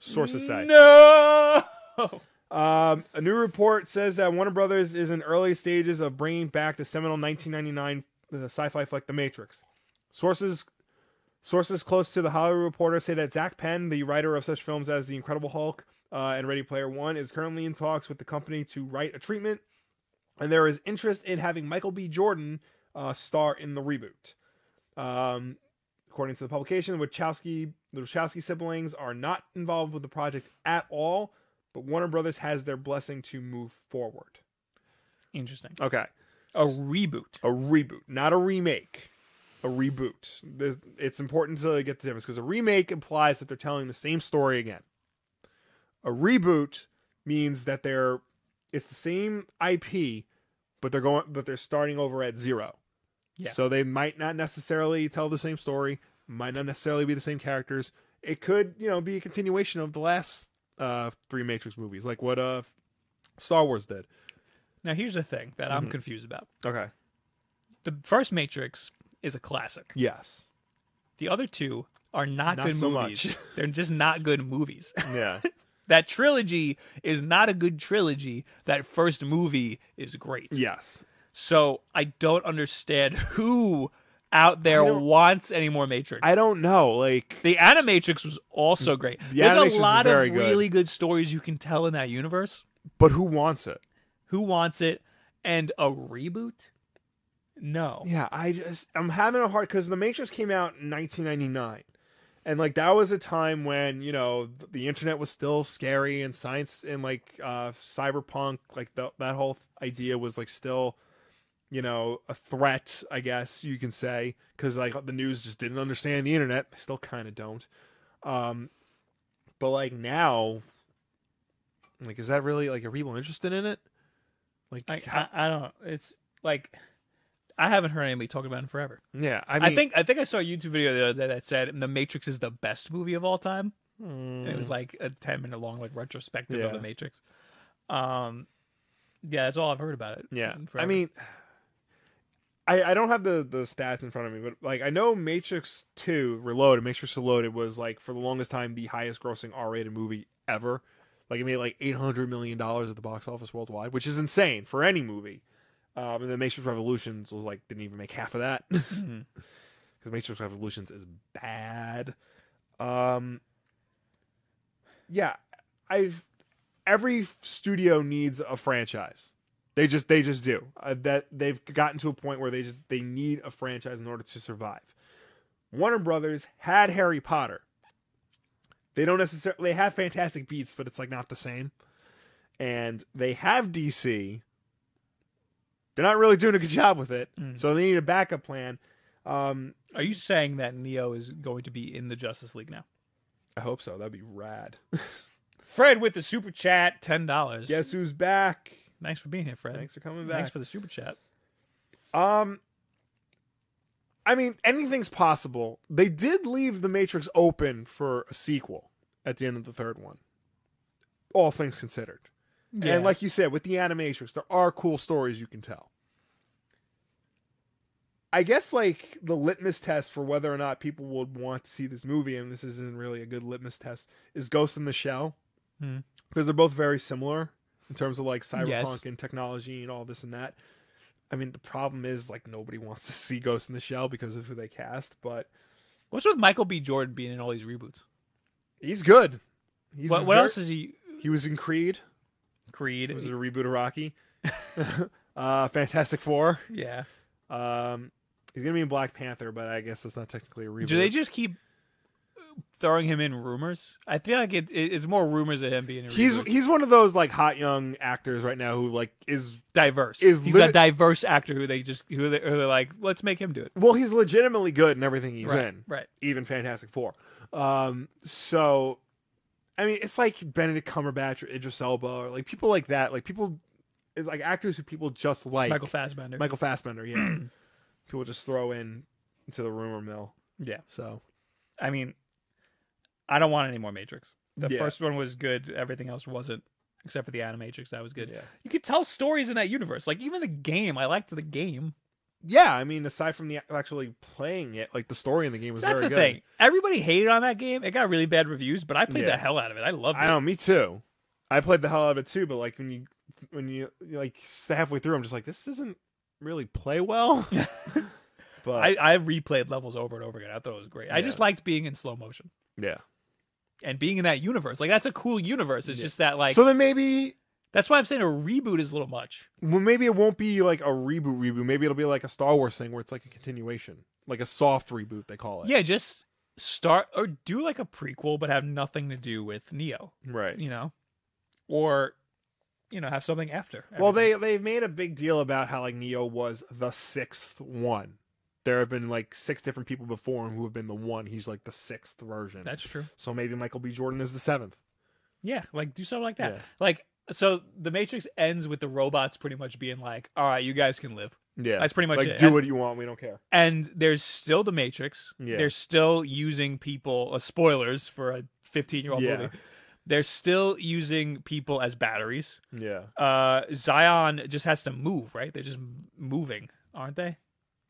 S2: Sources say.
S1: No.
S2: Um, a new report says that Warner Brothers is in early stages of bringing back the seminal 1999 uh, sci-fi flick The Matrix. Sources sources close to the Hollywood Reporter say that Zach Penn, the writer of such films as The Incredible Hulk uh, and Ready Player One, is currently in talks with the company to write a treatment, and there is interest in having Michael B. Jordan uh, star in the reboot. Um, according to the publication, Wachowski the Wachowski siblings are not involved with the project at all but Warner Brothers has their blessing to move forward.
S1: Interesting.
S2: Okay.
S1: A reboot.
S2: A reboot, not a remake. A reboot. This- It's important to get the difference because a remake implies that they're telling the same story again. A reboot means that they're it's the same IP, but they're going but they're starting over at zero.
S1: Yeah.
S2: So they might not necessarily tell the same story, might not necessarily be the same characters. It could, you know, be a continuation of the last uh three Matrix movies, like what uh Star Wars did.
S1: Now here's the thing that
S2: Mm-hmm.
S1: I'm confused about.
S2: Okay.
S1: The first Matrix is a classic.
S2: Yes.
S1: The other two are not,
S2: Not
S1: good
S2: so
S1: movies.
S2: much.
S1: They're just not good movies.
S2: Yeah.
S1: that trilogy is not a good trilogy. That first movie is great.
S2: yes.
S1: So I don't understand who out there
S2: don't-
S1: wants any more Matrix.
S2: I don't know. Like
S1: the Animatrix was also great.
S2: The
S1: There's
S2: Animatrix was
S1: a lot of
S2: very good.
S1: really good stories you can tell in that universe.
S2: but who wants it?
S1: Who wants it? And a reboot? No.
S2: Yeah, I just I'm having a hard cuz The Matrix came out in 1999. And like that was a time when, you know, th- the internet was still scary and science and like uh cyberpunk like the, that whole idea was like still you know, a threat, I guess you can say, cuz like the news just didn't understand the internet, They still kind of don't. Um but like now like is that really like are people interested in it? Like
S1: Like,
S2: how-
S1: I, I don't. It's like I haven't heard anybody talking about it in forever.
S2: yeah, I
S1: I,
S2: mean
S1: think I think I saw a YouTube video the other day that said The Matrix is the best movie of all time. And
S2: mm,
S1: it was like a ten minute long like retrospective
S2: Yeah.
S1: of The Matrix. Um, yeah, that's all I've heard about it.
S2: Yeah. I
S1: forever.
S2: mean, I, I don't have the, the stats in front of me, but like I know Matrix Two Reloaded, Matrix Reloaded was like for the longest time the highest grossing R rated movie ever. Like it made like eight hundred million dollars at the box office worldwide, which is insane for any movie. Um, and then Matrix Revolutions was like didn't even make half of that because
S1: Mhm.
S2: Matrix Revolutions is bad. Um, yeah, I've every studio needs a franchise. They just they just do uh, that. They've gotten to a point where they just they need a franchise in order to survive. Warner Brothers had Harry Potter. They don't necessarily they have Fantastic Beats, but it's like not the same. And they have DC. They're not really doing a good job with it,
S1: Mm.
S2: so they need a backup plan. Um,
S1: Are you saying that Neo is going to be in the Justice League now?
S2: I hope so. That'd be rad.
S1: Fred with the super chat, ten dollars.
S2: Guess who's back?
S1: Thanks for being here, Fred.
S2: Thanks for coming back.
S1: Thanks for the super chat.
S2: Um, I mean, anything's possible. They did leave the Matrix open for a sequel at the end of the third one. All things considered, and like you said, with the animatrix, there are cool stories you can tell. I guess like the litmus test for whether or not people would want to see this movie, and this isn't really a good litmus test, is Ghost in the Shell,
S1: Hmm.
S2: because they're both very similar in terms of like cyberpunk
S1: Yes.
S2: and technology and all this and that. I mean, the problem is like nobody wants to see Ghost in the Shell because of who they cast, but
S1: what's with Michael B. Jordan being in all these reboots?
S2: he's good. He's
S1: What, what
S2: ver-
S1: else is he?
S2: He was in Creed.
S1: Creed.
S2: It was a reboot of Rocky. uh, Fantastic Four.
S1: yeah.
S2: Um, he's gonna be in Black Panther, but I guess that's not technically a reboot.
S1: Do they just keep throwing him in rumors? I feel like it, it, it's more rumors of him being. In
S2: he's
S1: reboots.
S2: he's one of those like hot young actors right now who like is
S1: diverse.
S2: is
S1: he's
S2: lit-
S1: a diverse actor who they just who they, who they're like, let's make him do it.
S2: well, he's legitimately good in everything he's
S1: right.
S2: in,
S1: Right.
S2: even Fantastic Four. Um, so I mean, it's like Benedict Cumberbatch or Idris Elba or like people like that, like people it's like actors who people just like
S1: Michael Fassbender.
S2: Michael Fassbender, yeah. people just throw in into the rumor mill.
S1: yeah.
S2: So
S1: I mean, I don't want any more Matrix. The
S2: Yeah.
S1: first one was good. Everything else wasn't, except for the Animatrix. That was good.
S2: Yeah.
S1: You could tell stories in that universe. Like even the game, I liked the game.
S2: yeah, I mean, aside from the actually playing it, like the story in the game was
S1: That's
S2: very
S1: the
S2: good.
S1: thing. Everybody hated on that game. It got really bad reviews, but I played the
S2: Yeah.
S1: hell out of it. I loved
S2: I
S1: it.
S2: know, me too. I played the hell out of it too, but like when you when you like halfway through, I'm just like, this doesn't really play well. but
S1: I, I replayed levels over and over again. I thought it was great. I
S2: Yeah.
S1: just liked being in slow motion
S2: yeah,
S1: and being in that universe. Like that's a cool universe. It's
S2: Yeah.
S1: just that like
S2: so then maybe
S1: that's why I'm saying a reboot is a little much.
S2: well, maybe it won't be like a reboot reboot. Maybe it'll be like a Star Wars thing where it's like a continuation, like a soft reboot they call it.
S1: Yeah, just start or do like a prequel, but have nothing to do with Neo.
S2: right.
S1: you know, or you know, have something after.
S2: Well,
S1: everything.
S2: they they've made a big deal about how like Neo was the sixth one. There have been like six different people before him who have been the one. He's like the sixth version.
S1: that's true.
S2: so maybe Michael B. Jordan is the seventh.
S1: Yeah, like do something like that.
S2: Yeah.
S1: Like so, the Matrix ends with the robots pretty much being like, "All right, you guys can live,"
S2: Yeah,
S1: That's pretty much
S2: like
S1: it.
S2: do
S1: And-
S2: what you want. We don't care.
S1: and there's still the Matrix.
S2: Yeah.
S1: They're still using people. Uh, spoilers for a 15 year old
S2: Yeah.
S1: movie. They're still using people as batteries.
S2: Yeah.
S1: Uh, Zion just has to move, right? They're just m- moving, aren't they?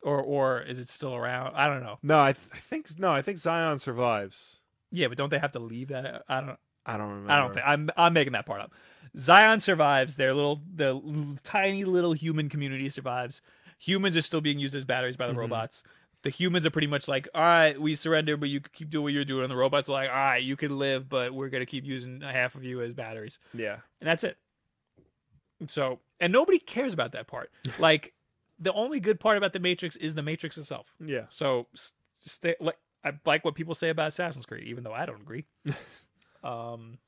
S1: Or or is it still around? I don't know.
S2: No, I, th- I think no, I think Zion survives.
S1: Yeah, but don't they have to leave that? I don't.
S2: I don't remember.
S1: I don't think I'm I'm making that part up. Zion survives. Their little the l- tiny little human community survives. Humans are still being used as batteries by the
S2: Mhm.
S1: robots. The humans are pretty much like, all right, we surrender, but you can keep doing what you're doing. And the robots are like, all right, you can live, but we're gonna keep using half of you as batteries,
S2: Yeah.
S1: and that's it. So, and nobody cares about that part. like, the only good part about the Matrix is the Matrix itself.
S2: Yeah.
S1: So s- stay like I like what people say about Assassin's Creed, even though I don't agree. um.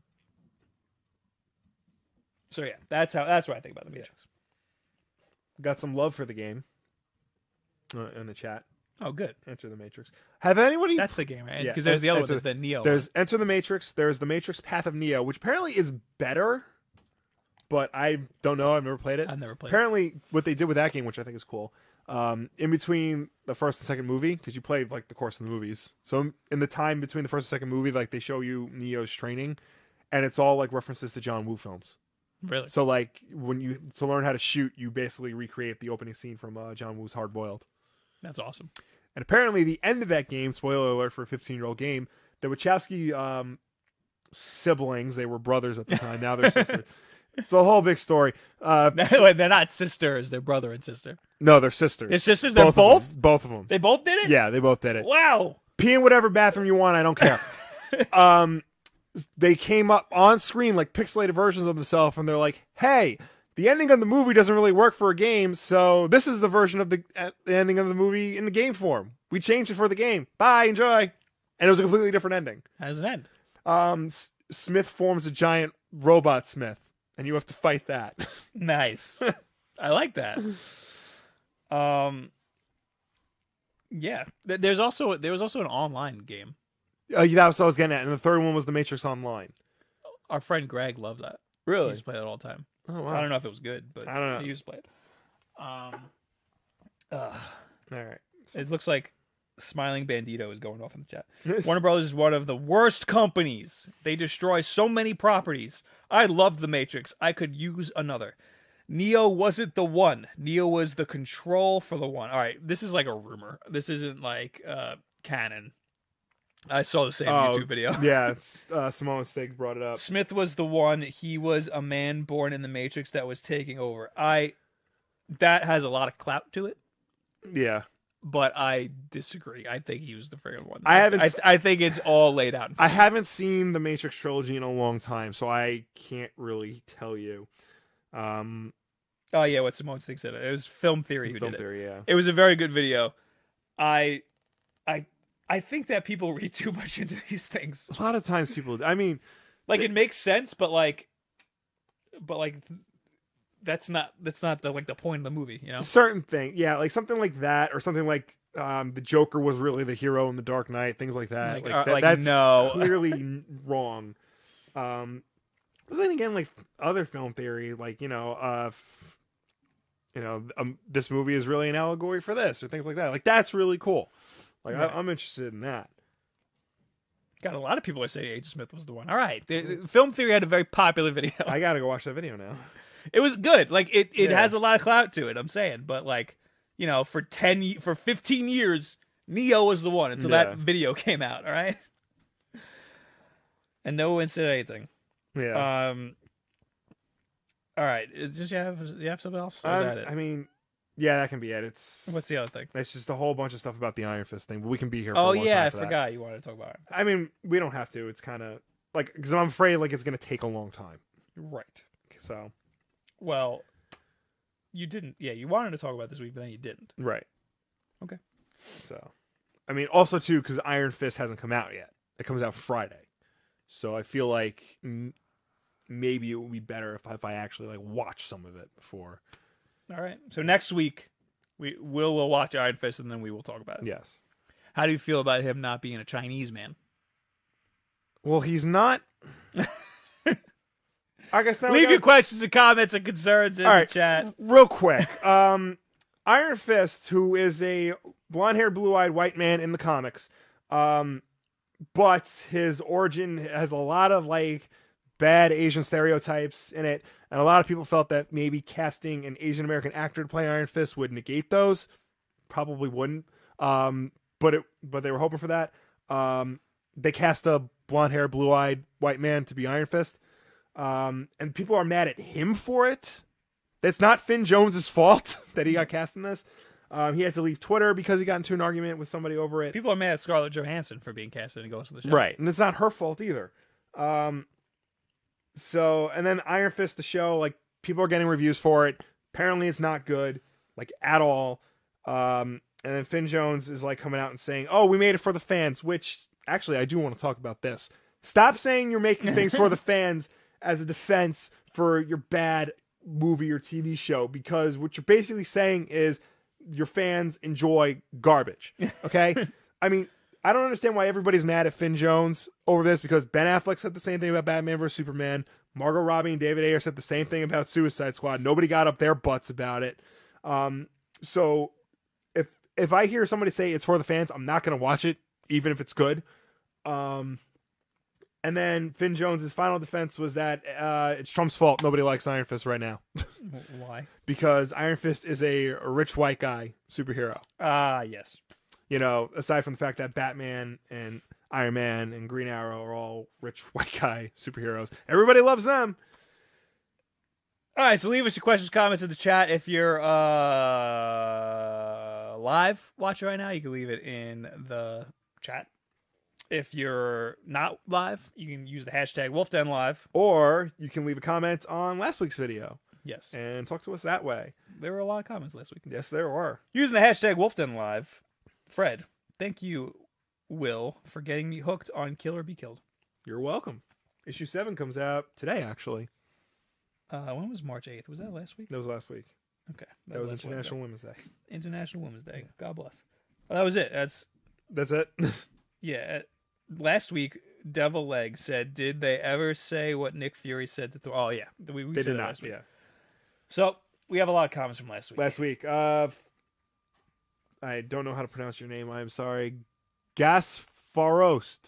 S1: So yeah, that's how that's what I think about the Matrix.
S2: Got some love for the game. Uh, in the chat,
S1: Oh, good.
S2: Enter the Matrix. Have anybody?
S1: That's the game, right?
S2: Yeah,
S1: Because there's the other one,
S2: that's a-
S1: there's the Neo.
S2: there's Enter the Matrix. There's the Matrix Path of Neo, which apparently is better, but I don't know. I've never played it.
S1: one. I've never played. it.
S2: apparently, what they did with that game, which I think is cool, um, in between the first and second movie, because you play like the course of the movies. So in- in the time between the first and second movie, like they show you Neo's training, and it's all like references to John Woo films.
S1: Really?
S2: So like when you to learn how to shoot, you basically recreate the opening scene from uh, John Woo's Hard Boiled.
S1: That's awesome.
S2: And apparently, the end of that game, spoiler alert for a 15 year old game, the Wachowski um, siblings, they were brothers at the time, now they're sisters. It's a whole big story. Uh,
S1: Wait, they're not sisters. They're brother and sister.
S2: no, they're sisters.
S1: They're sisters. They're both.
S2: Of them, both of them.
S1: They both did it.
S2: Yeah, they both did it.
S1: Wow.
S2: Pee in whatever bathroom you want, I don't care. um, they came up on screen like pixelated versions of themselves, and they're like, hey, the ending of the movie doesn't really work for a game, so this is the version of the, uh, the ending of the movie in the game form. We changed it for the game. Bye, enjoy. And it was a completely different ending.
S1: How does it end?
S2: Um, S- Smith forms a giant robot Smith, and you have to fight that.
S1: Nice. I like that. Um. Yeah. Th- There's also there was also an online game.
S2: uh, yeah, that's what I was getting at. And the third one was The Matrix Online.
S1: Our friend Greg loved that. He
S2: Really?
S1: used to play that all the time.
S2: Oh,
S1: I
S2: wow.
S1: don't know if it was good, but
S2: I don't know.
S1: he used to play it. Um. ugh.
S2: All right.
S1: It looks like Smiling Bandito is going off in the chat. Warner Brothers is one of the worst companies. They destroy so many properties. I loved The Matrix. I could use another. Neo wasn't the one. Neo was the control for the one. All right, this is like a rumor. This isn't like uh canon. I saw the same
S2: Oh,
S1: YouTube video.
S2: yeah, it's, uh, Simone Stig brought it up.
S1: Smith was the one. He was a man born in the Matrix that was taking over. I that has a lot of clout to it.
S2: Yeah.
S1: but I disagree. I think he was the fair one.
S2: I haven't
S1: I,
S2: s-
S1: I think it's all laid out. in
S2: I haven't seen the Matrix trilogy in a long time, so I can't really tell you. Um,
S1: oh yeah, what Simone Stig said. It was film theory who
S2: film
S1: did it.
S2: theory, yeah.
S1: It was a very good video. I, I, I think that people read too much into these things.
S2: A lot of times people, I mean,
S1: Like it makes sense, but like, but like, that's not that's not the like the point of the movie. You know?
S2: certain thing, yeah, like something like that, or something like um, the Joker was really the hero in the Dark Knight, things like that.
S1: Like,
S2: Like,
S1: uh,
S2: that-
S1: like,
S2: that's
S1: no.
S2: clearly n- wrong. Um, but then again, like other film theory, like you know, uh, f- you know, um, this movie is really an allegory for this, or things like that. Like that's really cool. Like
S1: Right.
S2: I, I'm interested in that.
S1: Got a lot of people are saying Agent Smith was the one. All right, The- the- film theory had a very popular video.
S2: I gotta go watch that video now.
S1: It was good. Like it, it
S2: Yeah.
S1: has a lot of clout to it. I'm saying, but like you know, for ten, ye- for fifteen years, Neo was the one until
S2: Yeah.
S1: that video came out. All right, and no one said anything.
S2: Yeah.
S1: Um. All right, is, did you have did you have something else? Or is
S2: Um,
S1: that it?
S2: I mean, yeah, that can be it. It's
S1: What's the other thing?
S2: it's just a whole bunch of stuff about the Iron Fist thing, but we can be here. For a
S1: Oh
S2: long
S1: yeah,
S2: time
S1: I
S2: for that.
S1: forgot you wanted to talk about it.
S2: I mean, we don't have to. It's kind of like because I'm afraid like it's gonna take a long time.
S1: Right.
S2: So
S1: Well, you didn't. Yeah, you wanted to talk about this week, but then you didn't.
S2: right.
S1: Okay.
S2: So, I mean, also too because Iron Fist hasn't come out yet. It comes out Friday, so I feel like m- maybe it would be better if I, if I actually like watch some of it before.
S1: All right. So next week, we will we'll watch Iron Fist, and then we will talk about it.
S2: Yes.
S1: How do you feel about him not being a Chinese man?
S2: Well, he's not. I guess now we
S1: Leave
S2: gotta-
S1: your questions and comments and concerns in
S2: All right.
S1: the chat.
S2: real quick. Um, Iron Fist, who is a blonde-haired, blue-eyed white man in the comics, um, but his origin has a lot of like bad Asian stereotypes in it, and a lot of people felt that maybe casting an Asian American actor to play Iron Fist would negate those. Probably wouldn't. Um, but it, but they were hoping for that. Um, they cast a blonde-haired, blue-eyed white man to be Iron Fist. Um, and people are mad at him for it. That's not Finn Jones's fault that he got cast in this. Um, he had to leave Twitter because he got into an argument with somebody over it.
S1: People are mad at Scarlett Johansson for being casted in Ghost in the Shell.
S2: Right. And it's not her fault either. Um, so, and then Iron Fist, the show, like, people are getting reviews for it. Apparently, it's not good, like, at all. Um, and then Finn Jones is, like, coming out and saying, oh, we made it for the fans, which actually, I do want to talk about this. Stop saying you're making things for the fans as a defense for your bad movie or TV show because what you're basically saying is your fans enjoy garbage. Okay? I mean, I don't understand why everybody's mad at Finn Jones over this because Ben Affleck said the same thing about Batman vs Superman. Margot Robbie and David Ayer said the same thing about Suicide Squad. Nobody got up their butts about it. Um, so if if I hear somebody say it's for the fans, I'm not going to watch it even if it's good. Um, And then Finn Jones's final defense was that uh, it's Trump's fault. Nobody likes Iron Fist right now
S1: Why?
S2: because Iron Fist is a rich white guy superhero.
S1: Ah, yes.
S2: You know, aside from the fact that Batman and Iron Man and Green Arrow are all rich white guy superheroes, everybody loves them.
S1: All right, so leave us your questions, comments in the chat. If you're uh live watching right now, you can leave it in the chat. If you're not live, you can use the hashtag WolfDenLive.
S2: Or you can leave a comment on last week's video
S1: Yes,
S2: and talk to us that way.
S1: there were a lot of comments last week.
S2: Yes, there were.
S1: Using the hashtag WolfDenLive, Fred, thank you, Will, for getting me hooked on Kill or Be Killed.
S2: You're welcome. Issue seven comes out today. Actually,
S1: Uh, when was March 8th? Was that last week?
S2: that was last week.
S1: Okay.
S2: That was
S1: last Wednesday.
S2: International Women's Day.
S1: International Women's Day. God bless. Well, that was it. That's
S2: That's it.
S1: yeah. uh, Last week, Devil Leg said, "Did they ever say what Nick Fury said to Thor?" Oh yeah, we, we
S2: they
S1: said
S2: did
S1: that
S2: not.
S1: Last week.
S2: Yeah,
S1: So we have a lot of comments from last week.
S2: last week. Uh, f- I don't know how to pronounce your name. I'm sorry. Gasfarost.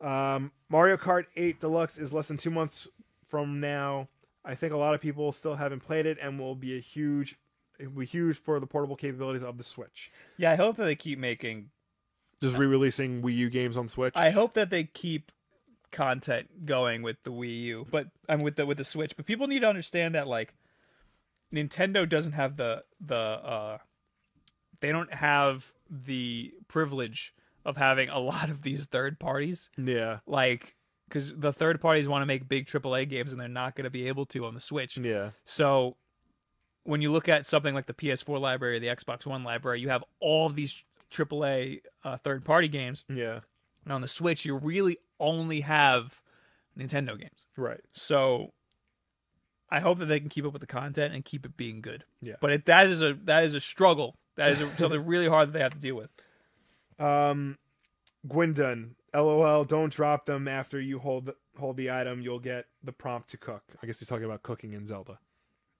S2: Um, Mario Kart 8 Deluxe is less than two months from now. I think a lot of people still haven't played it, and will be a huge, it will be huge for the portable capabilities of the Switch.
S1: Yeah, I hope that they keep making.
S2: Just re-releasing Wii U games on Switch.
S1: I hope that they keep content going with the Wii U, but I'm with the with the Switch. But people need to understand that like Nintendo doesn't have the the uh they don't have the privilege of having a lot of these third parties
S2: Yeah.
S1: like because the third parties want to make big AAA games and they're not going to be able to on the Switch.
S2: Yeah.
S1: So when you look at something like the PS4 library, or the Xbox One library, you have all of these AAA uh, third party games,
S2: Yeah.
S1: and on the Switch, you really only have Nintendo games.
S2: Right.
S1: So I hope that they can keep up with the content and keep it being good.
S2: Yeah.
S1: But it, that is a that is a struggle. That is a, something really hard that they have to deal with.
S2: Um, Gwendon, lol, don't drop them after you hold the, hold the item. You'll get the prompt to cook. I guess he's talking about cooking in Zelda.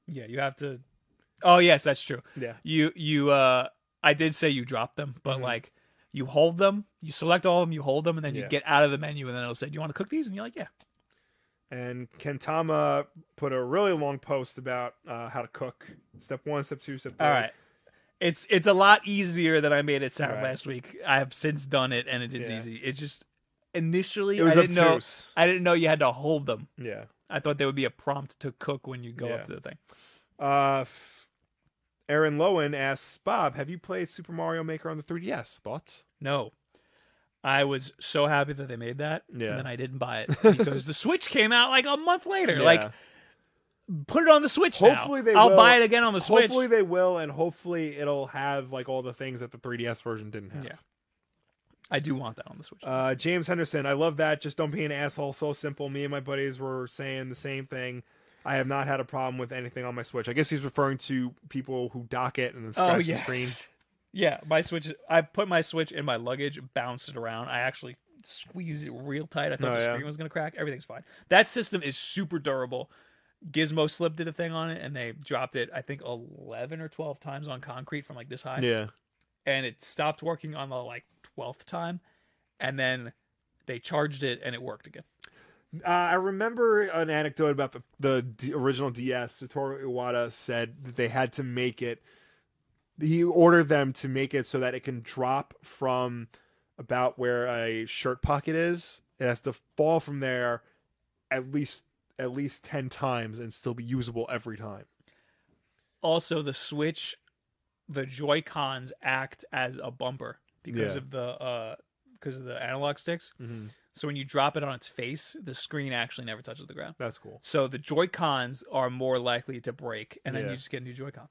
S1: Yeah, you have to. Oh yes, that's true.
S2: Yeah.
S1: you you uh i did say you drop them but
S2: Mhm.
S1: like you hold them you select all of them you hold them and then
S2: Yeah.
S1: you get out of the menu and then it'll say do you want to cook these and you're like yeah
S2: And Kentama put a really long post about uh, how to cook. Step one, step two, step three.
S1: all right it's it's a lot easier than i made it sound
S2: Right.
S1: last week i have since done it and it is
S2: Yeah.
S1: easy it's just initially
S2: It was
S1: i didn't know
S2: obtuse.
S1: i didn't know you had to hold them
S2: Yeah.
S1: i thought there would be a prompt to cook when you go
S2: Yeah.
S1: up to the thing
S2: Uh, f- Aaron Lowen asks Bob, "Have you played Super Mario Maker on the 3DS? Thoughts?"
S1: no I was so happy that they made that,
S2: Yeah.
S1: and then I didn't buy it because the Switch came out like a month later. Like
S2: Yeah.
S1: put it on the Switch
S2: Hopefully
S1: now.
S2: they
S1: I'll
S2: will.
S1: buy it again on the Switch.
S2: hopefully they will, and hopefully it'll have like all the things that the 3DS version didn't have.
S1: Yeah. I do want that on the Switch.
S2: Uh, James Henderson, I love that. Just don't be an asshole. So simple. Me and my buddies were saying the same thing. I have not had a problem with anything on my Switch. I guess he's referring to people who dock it and then scratch the screen.
S1: Oh, Yeah, my Switch. I put my Switch in my luggage, bounced it around. I actually squeezed it real tight. I thought
S2: Oh,
S1: the
S2: yeah.
S1: screen was going to crack. Everything's fine. That system is super durable. Gizmo Slip did a thing on it, and they dropped it. I think eleven or twelve times on concrete from like this high,
S2: Yeah,
S1: and it stopped working on the like twelfth time, and then they charged it and it worked again.
S2: uh, I remember an anecdote about the the D- original DS. Satoru Iwata said that they had to make it. He ordered them to make it so that it can drop from about where a shirt pocket is. It has to fall from there at least at least ten times and still be usable every time.
S1: also the switch the joy cons act as a bumper because
S2: Yeah.
S1: of the uh because of the analog sticks
S2: Mm-hmm.
S1: so when you drop it on its face the screen actually never touches the ground
S2: That's cool.
S1: so the joy cons are more likely to break and then
S2: Yeah.
S1: you just get new joy cons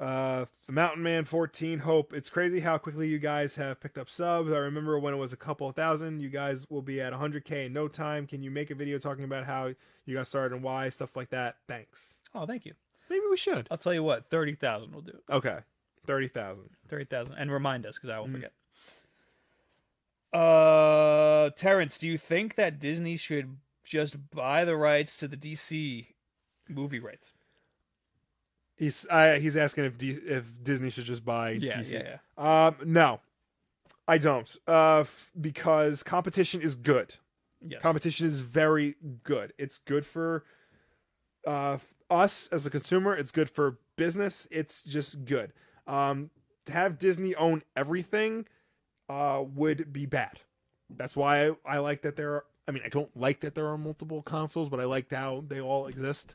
S2: Uh, the Mountain Man 14 Hope. It's crazy how quickly you guys have picked up subs. I remember when it was a couple of thousand. You guys will be at 100k in no time. Can you make a video talking about how you got started and why stuff like that? Thanks.
S1: oh thank you
S2: Maybe we should.
S1: i'll tell you what 30000 will do it
S2: Okay, thirty thousand.
S1: 30000 and remind us because i will forget uh terrence do you think that disney should just buy the rights to the dc movie rights
S2: He's I, he's asking if D, if Disney should just buy
S1: yeah
S2: DC.
S1: yeah yeah
S2: Um, no, I don't. Uh, f- because competition is good.
S1: Yes.
S2: competition is very good it's good for uh f- us as a consumer it's good for business it's just good um to have disney own everything uh would be bad that's why i, I like that there are i mean i don't like that there are multiple consoles but i liked how they all exist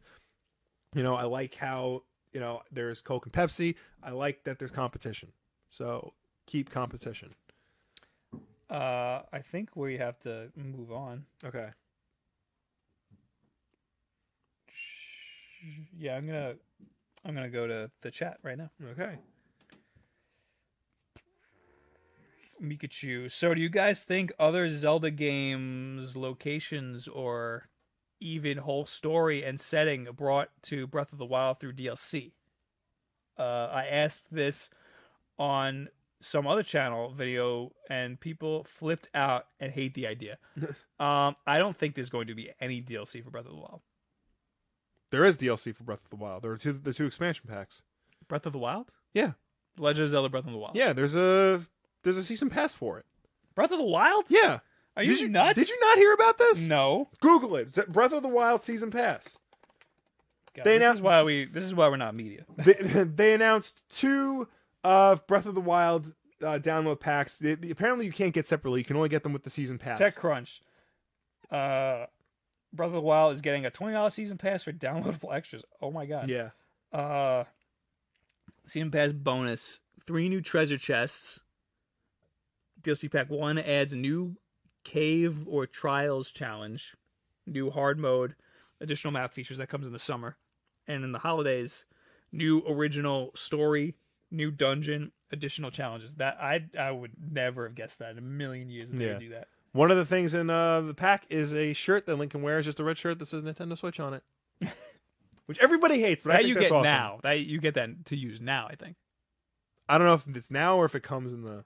S2: you know i like how you know there's coke and pepsi i like that there's competition so keep competition
S1: Uh, I think we have to move on.
S2: okay
S1: Yeah, I'm gonna, I'm gonna go to the chat right now.
S2: okay
S1: Mikachu. So, do you guys think other Zelda games, locations, or even whole story and setting brought to Breath of the Wild through DLC? Uh, I asked this on some other channel video, and people flipped out and hate the idea. um, I don't think there's going to be any DLC for Breath of the Wild.
S2: There is DLC for Breath of the Wild. There are two the two expansion packs.
S1: Breath of the Wild?
S2: Yeah.
S1: Legend of Zelda: Breath of the Wild.
S2: Yeah, there's a there's a season pass for it.
S1: Breath of the Wild?
S2: Yeah.
S1: Are
S2: did
S1: you, nuts?
S2: Did you not hear about this?
S1: No.
S2: Google it. Z- Breath of the Wild season pass.
S1: God,
S2: They
S1: this
S2: now-
S1: is why we. This is why we're not media.
S2: They, they announced two of Breath of the Wild uh, download packs. They- they- apparently, you can't get separately. You can only get them with the season pass.
S1: TechCrunch. Uh, Breath of the Wild is getting a twenty dollars season pass for downloadable extras. Oh my god.
S2: Yeah.
S1: Uh, season pass bonus: three new treasure chests. DLC pack one adds new cave or trials challenge, new hard mode, additional map features that comes in the summer, and in the holidays, new original story, new dungeon, additional challenges. That I I would never have guessed that in a million years that they
S2: Yeah.
S1: would do that.
S2: One of the things in uh, the pack is a shirt that Lincoln wears, just a red shirt that says Nintendo Switch on it, which everybody hates. But I
S1: that
S2: think
S1: you
S2: that's
S1: get
S2: awesome.
S1: now. That you get that to use now. I think.
S2: I don't know if it's now or if it comes in the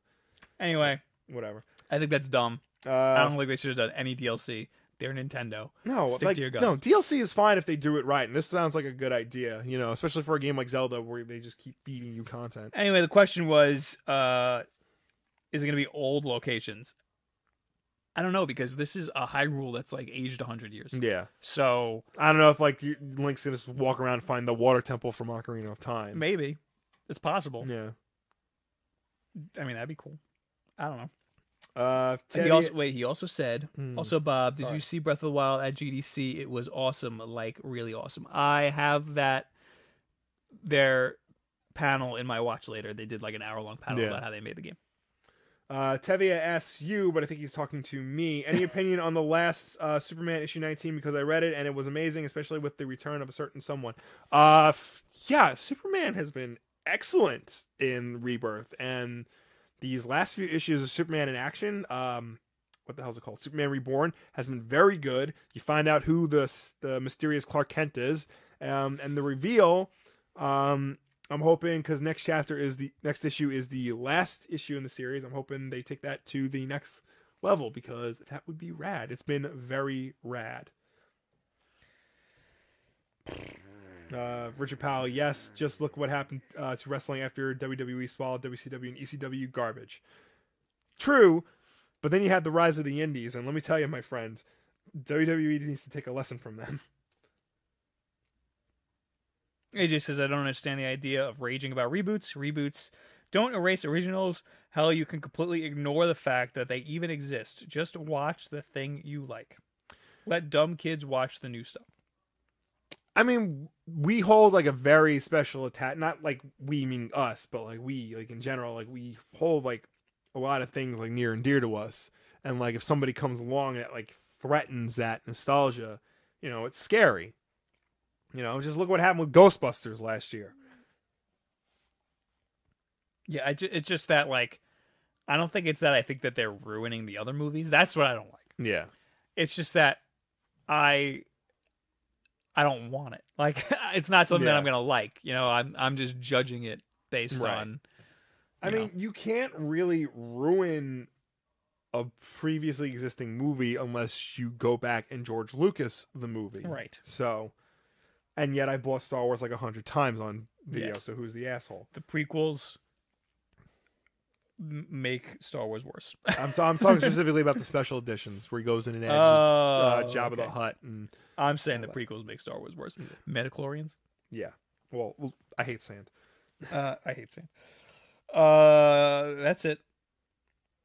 S1: Anyway,
S2: whatever.
S1: I think that's dumb.
S2: Uh,
S1: I don't think they should have done any DLC. They're Nintendo.
S2: No,
S1: Stick
S2: like,
S1: to your guns.
S2: no, DLC is fine if they do it right, and this sounds like a good idea, you know, especially for a game like Zelda where they just keep feeding you content.
S1: Anyway, the question was, uh, is it going to be old locations? I don't know because this is a high rule that's like aged hundred years.
S2: Yeah,
S1: So
S2: I don't know if like you, Link's gonna just walk around and find the water temple from Ocarina of Time.
S1: maybe it's possible.
S2: Yeah,
S1: I mean, that'd be cool. I don't know.
S2: uh,
S1: he
S2: Teddy,
S1: also, wait, he also said,
S2: Hmm.
S1: also Bob, did
S2: Sorry.
S1: you see Breath of the Wild at GDC? It was awesome, like really awesome. I have that their panel in my watch later. They did like an hour long panel
S2: Yeah.
S1: about how they made the game.
S2: uh, Tevia asks you, but I think he's talking to me. Any opinion on the last uh, Superman issue 19? Because I read it and it was amazing, especially with the return of a certain someone. Uh, f- yeah, Superman has been excellent in Rebirth, and these last few issues of Superman in action, um, what the hell's it called? Superman Reborn has been very good. You find out who the s- the mysterious Clark Kent is, um, and the reveal. Um, I'm hoping because next chapter is the next issue is the last issue in the series. I'm hoping they take that to the next level because that would be rad. It's been very rad. Uh, Richard Powell, yes, just look what happened uh, to wrestling after WWE swallowed WCW and ECW garbage. True, but then you had the rise of the indies, and let me tell you, my friend, WWE E needs to take a lesson from them.
S1: AJ says, I don't understand the idea of raging about reboots. Reboots don't erase originals. Hell, you can completely ignore the fact that they even exist. Just watch the thing you like. Let dumb kids watch the new stuff.
S2: I mean, we hold like a very special attack. Not like we mean us, but like we, like in general, like we hold like a lot of things like near and dear to us. And like if somebody comes along that like threatens that nostalgia, you know, it's scary. You know, just look what happened with Ghostbusters last year.
S1: Yeah, I ju- it's just that, like, I don't think it's that I think that they're ruining the other movies. That's what I don't like.
S2: Yeah.
S1: It's just that I. I don't want it. Like it's not something that
S2: Yeah.
S1: I'm gonna like. You know, I'm I'm just judging it based
S2: Right.
S1: on
S2: I
S1: you know.
S2: mean, you can't really ruin a previously existing movie unless you go back and George Lucas the movie.
S1: right.
S2: So, and yet I bought Star Wars like a hundred times on video.
S1: Yes.
S2: So who's the asshole?
S1: the prequels m- make Star Wars worse.
S2: I'm, I'm talking specifically about the special editions where he goes in and adds uh,
S1: Oh,
S2: Jabba the
S1: okay.
S2: Hutt and
S1: I'm saying the prequels make Star Wars worse. Metachlorians.
S2: yeah. Well, well, I hate sand.
S1: Uh, I hate sand. Uh, that's it.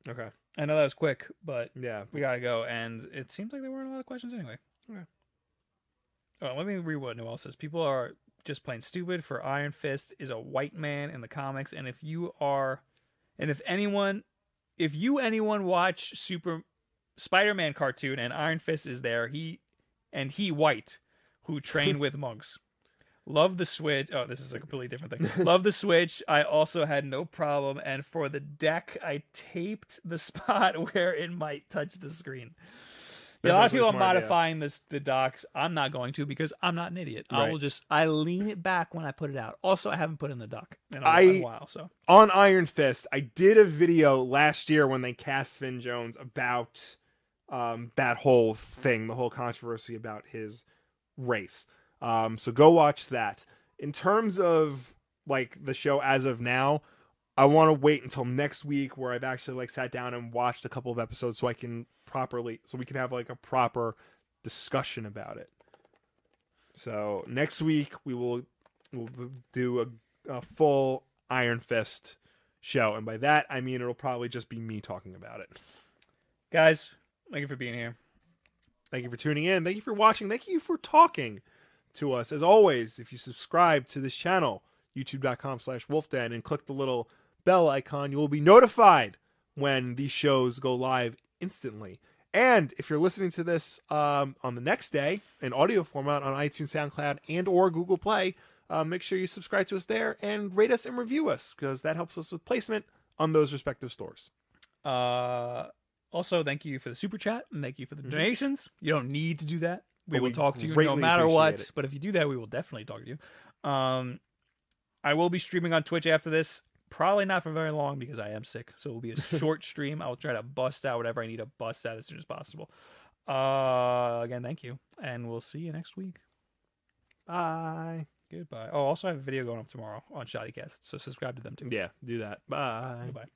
S2: Okay.
S1: I know that was quick, but
S2: Yeah.
S1: we gotta go. And it seems like there weren't a lot of questions anyway.
S2: Okay.
S1: Oh, let me read what Noel says. People are just plain stupid. For Iron Fist is a white man in the comics, and if you are, and if anyone, if you anyone watch Super Spider-Man cartoon and Iron Fist is there, he and he white, who train with monks. Love the Switch. Oh, this is a completely different thing. Love the Switch. I also had no problem. And for the deck, I taped the spot where it might touch the screen. Yeah, a
S2: That's
S1: lot of
S2: actually
S1: people are
S2: smart, yeah.
S1: modifying this the docs. I'm not going to because I'm not an idiot. I
S2: Right.
S1: will just I lean it back when I put it out. Also, I haven't put in the doc in a,
S2: I-
S1: in a while. So
S2: On Iron Fist, I did a video last year when they cast Finn Jones about um, that whole thing, the whole controversy about his race. Um, so go watch that. In terms of like the show as of now, I want to wait until next week where I've actually like sat down and watched a couple of episodes so I can properly so we can have like a proper discussion about it. So next week we will we'll do a, a full Iron Fist show, and by that I mean it'll probably just be me talking about it.
S1: guys, thank you for being here.
S2: Thank you for tuning in. Thank you for watching. Thank you for talking to us. As always, if you subscribe to this channel, youtube.com slash wolfden, and click the little bell icon, you will be notified when these shows go live instantly. And if you're listening to this um, on the next day in audio format on iTunes, SoundCloud, and or Google Play, uh, make sure you subscribe to us there and rate us and review us because that helps us with placement on those respective stores.
S1: Uh, also, thank you for the super chat and thank you for the donations. You don't need to do that. We
S2: Mm-hmm. But
S1: will
S2: we
S1: talk to you no
S2: greatly
S1: matter
S2: appreciate
S1: what.
S2: it.
S1: But if you do that, we will definitely talk to you. Um, I will be streaming on Twitch after this. Probably not for very long because I am sick. So it will be a short stream. I will try to bust out whatever I need to bust out as soon as possible. Uh, again, thank you. And we'll see you next week.
S2: Bye.
S1: Goodbye. Oh, also, I have a video going up tomorrow on Shoddycast. So subscribe to them too.
S2: Yeah, do that. Bye.
S1: Goodbye.